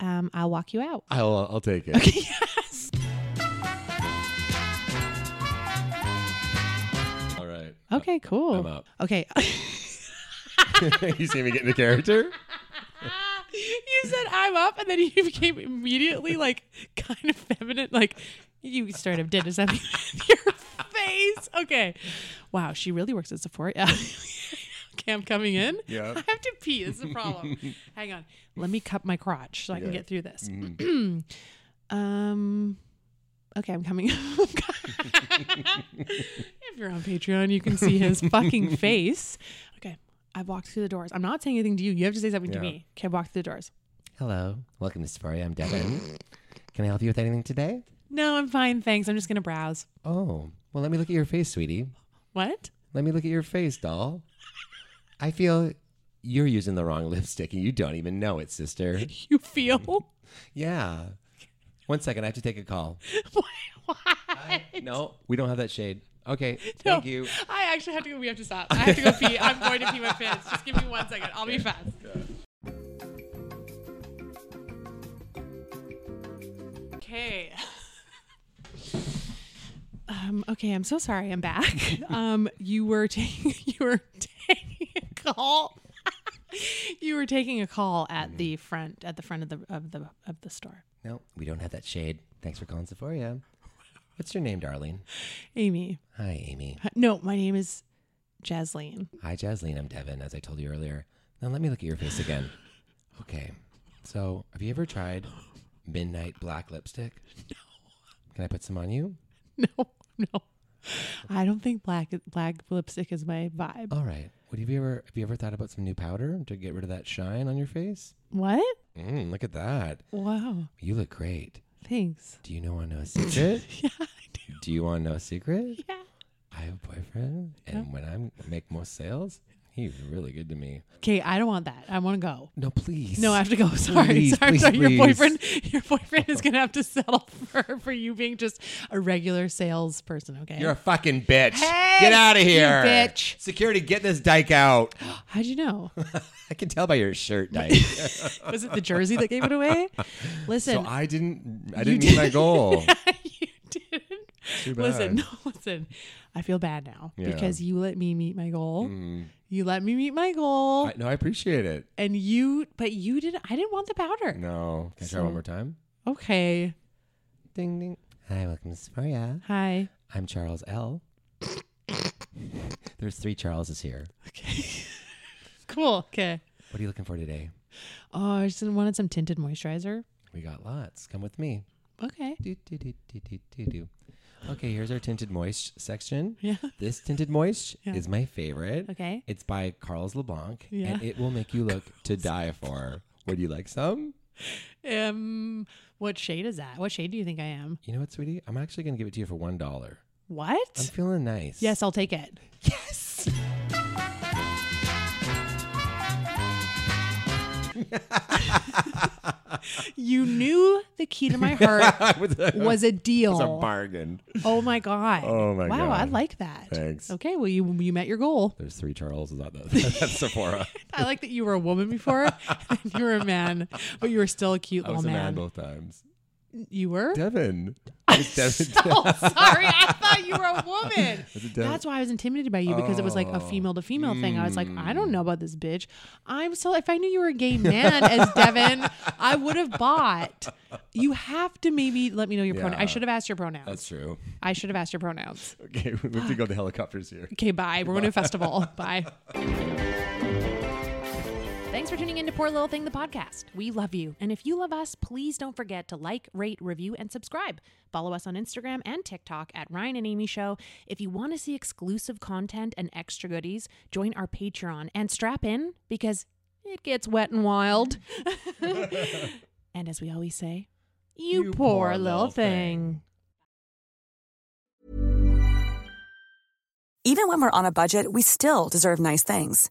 um, I'll walk you out. I'll I'll take it. yes. All right. Okay, cool. I'm up. Okay. you see me getting the character? you said I'm up, and then you became immediately like kind of feminine. Like you sort of did a something with your face. Okay. Wow, she really works at Sephora. Yeah. okay, I'm coming in. Yeah. I have to pee. This is the problem. Hang on. Let me cup my crotch so I can Yeah. Mm-hmm. get through this. um. Okay, I'm coming. if you're on Patreon, you can see his fucking face. Okay, I've walked through the doors. I'm not saying anything to you. You have to say something to Yeah. me. Okay, I walked through the doors. Hello. Welcome to Safari. I'm Devin. Can I help you with anything today? No, I'm fine, thanks. I'm just gonna browse. Oh, well, let me look at your face, sweetie. What? Let me look at your face, doll. I feel you're using the wrong lipstick and you don't even know it, sister. You feel? Yeah. One second. I have to take a call. Why? No, we don't have that shade. Okay. Thank No, you. I actually have to go. We have to stop. I have to go pee. I'm going to pee my pants. Just give me one second. I'll be fast. Okay. Um, okay, I'm so sorry. I'm back. Um, you were taking you were taking a call. you were taking a call at Mm-hmm. the front at the front of the of the of the store. No, we don't have that shade. Thanks for calling Sephora. What's your name, darling? Amy. Hi, Amy. No, my name is Jasleen. Hi, Jasleen. I'm Devin, as I told you earlier. Now let me look at your face again. Okay. So, have you ever tried midnight black lipstick? No. Can I put some on you? no, no. I don't think black black lipstick is my vibe. All right. Would you ever have you ever thought about some new powder to get rid of that shine on your face? What? Mm, look at that. Wow. You look great. Thanks. Do you know I know a secret? Yeah, I do. Do you want to know a secret? Yeah. I have a boyfriend, and when I make more sales, he's really good to me. Okay, I don't want that. I want to go. No, please. No, I have to go. Sorry, Please, sorry, please, sorry. please. Your boyfriend, your boyfriend is gonna have to settle for for you being just a regular salesperson. Okay. You're a fucking bitch. Hey, get out of you here, bitch. Security, get this dyke out. How'd you know? I can tell by your shirt, dyke. Was it the jersey that gave it away? Listen, so I didn't. I didn't meet my goal. you didn't. Too bad. Listen, no, listen. I feel bad now Yeah. Mm. because you let me meet my goal. You let me meet my goal, I, no, I appreciate it. and you, but you didn't. I didn't want the powder. No, can I try one more time? Okay. Ding ding. Hi, welcome to Sporia. Hi. I'm Charles L. There's three Charleses here. Cool. Okay. What are you looking for today? Oh, I just wanted some tinted moisturizer. We got lots. Come with me. Okay. Do, do, do, do, do, do, do. Okay, here's our tinted moist section. Yeah. This tinted moist Yeah. is my favorite. Okay. It's by Carles LeBlanc, Yeah. and it will make you look to die for. Would you like some? Um, what shade is that? What shade do you think I am? You know what, sweetie? I'm actually going to give it to you for one dollar. I'm What? feeling nice. Yes, I'll take it. Yes. You knew the key to my heart With a- was a deal. It's a bargain. Oh my god. Oh my Wow, I God. like that. Thanks. Okay, well you you met your goal. There's three Charleses at that, that Sephora. I like that you were a woman before and you were a man, but you were still a cute I was little a man both times. You were? Devin. It was Devin. Oh, sorry. I thought you were a woman. Was it Oh, Devin? That's why I was intimidated by you because it was like a female to female thing. I was like, I hmm. don't know about this bitch. I'm so, if I knew you were a gay man as Devin, I would have bought. You have to maybe let me know your pronoun. Yeah. I should have asked your pronouns. That's true. I should have asked your pronouns. Okay, we have to go to helicopters here. Okay, bye. We're going to a festival. Bye. Thanks for tuning in to Poor Little Thing, the podcast. We love you. And if you love us, please don't forget to like, rate, review, and subscribe. Follow us on Instagram and TikTok at Ryan and Amy Show. If you want to see exclusive content and extra goodies, join our Patreon and strap in because it gets wet and wild. and as we always say, you, poor, little thing. Even when we're on a budget, we still deserve nice things.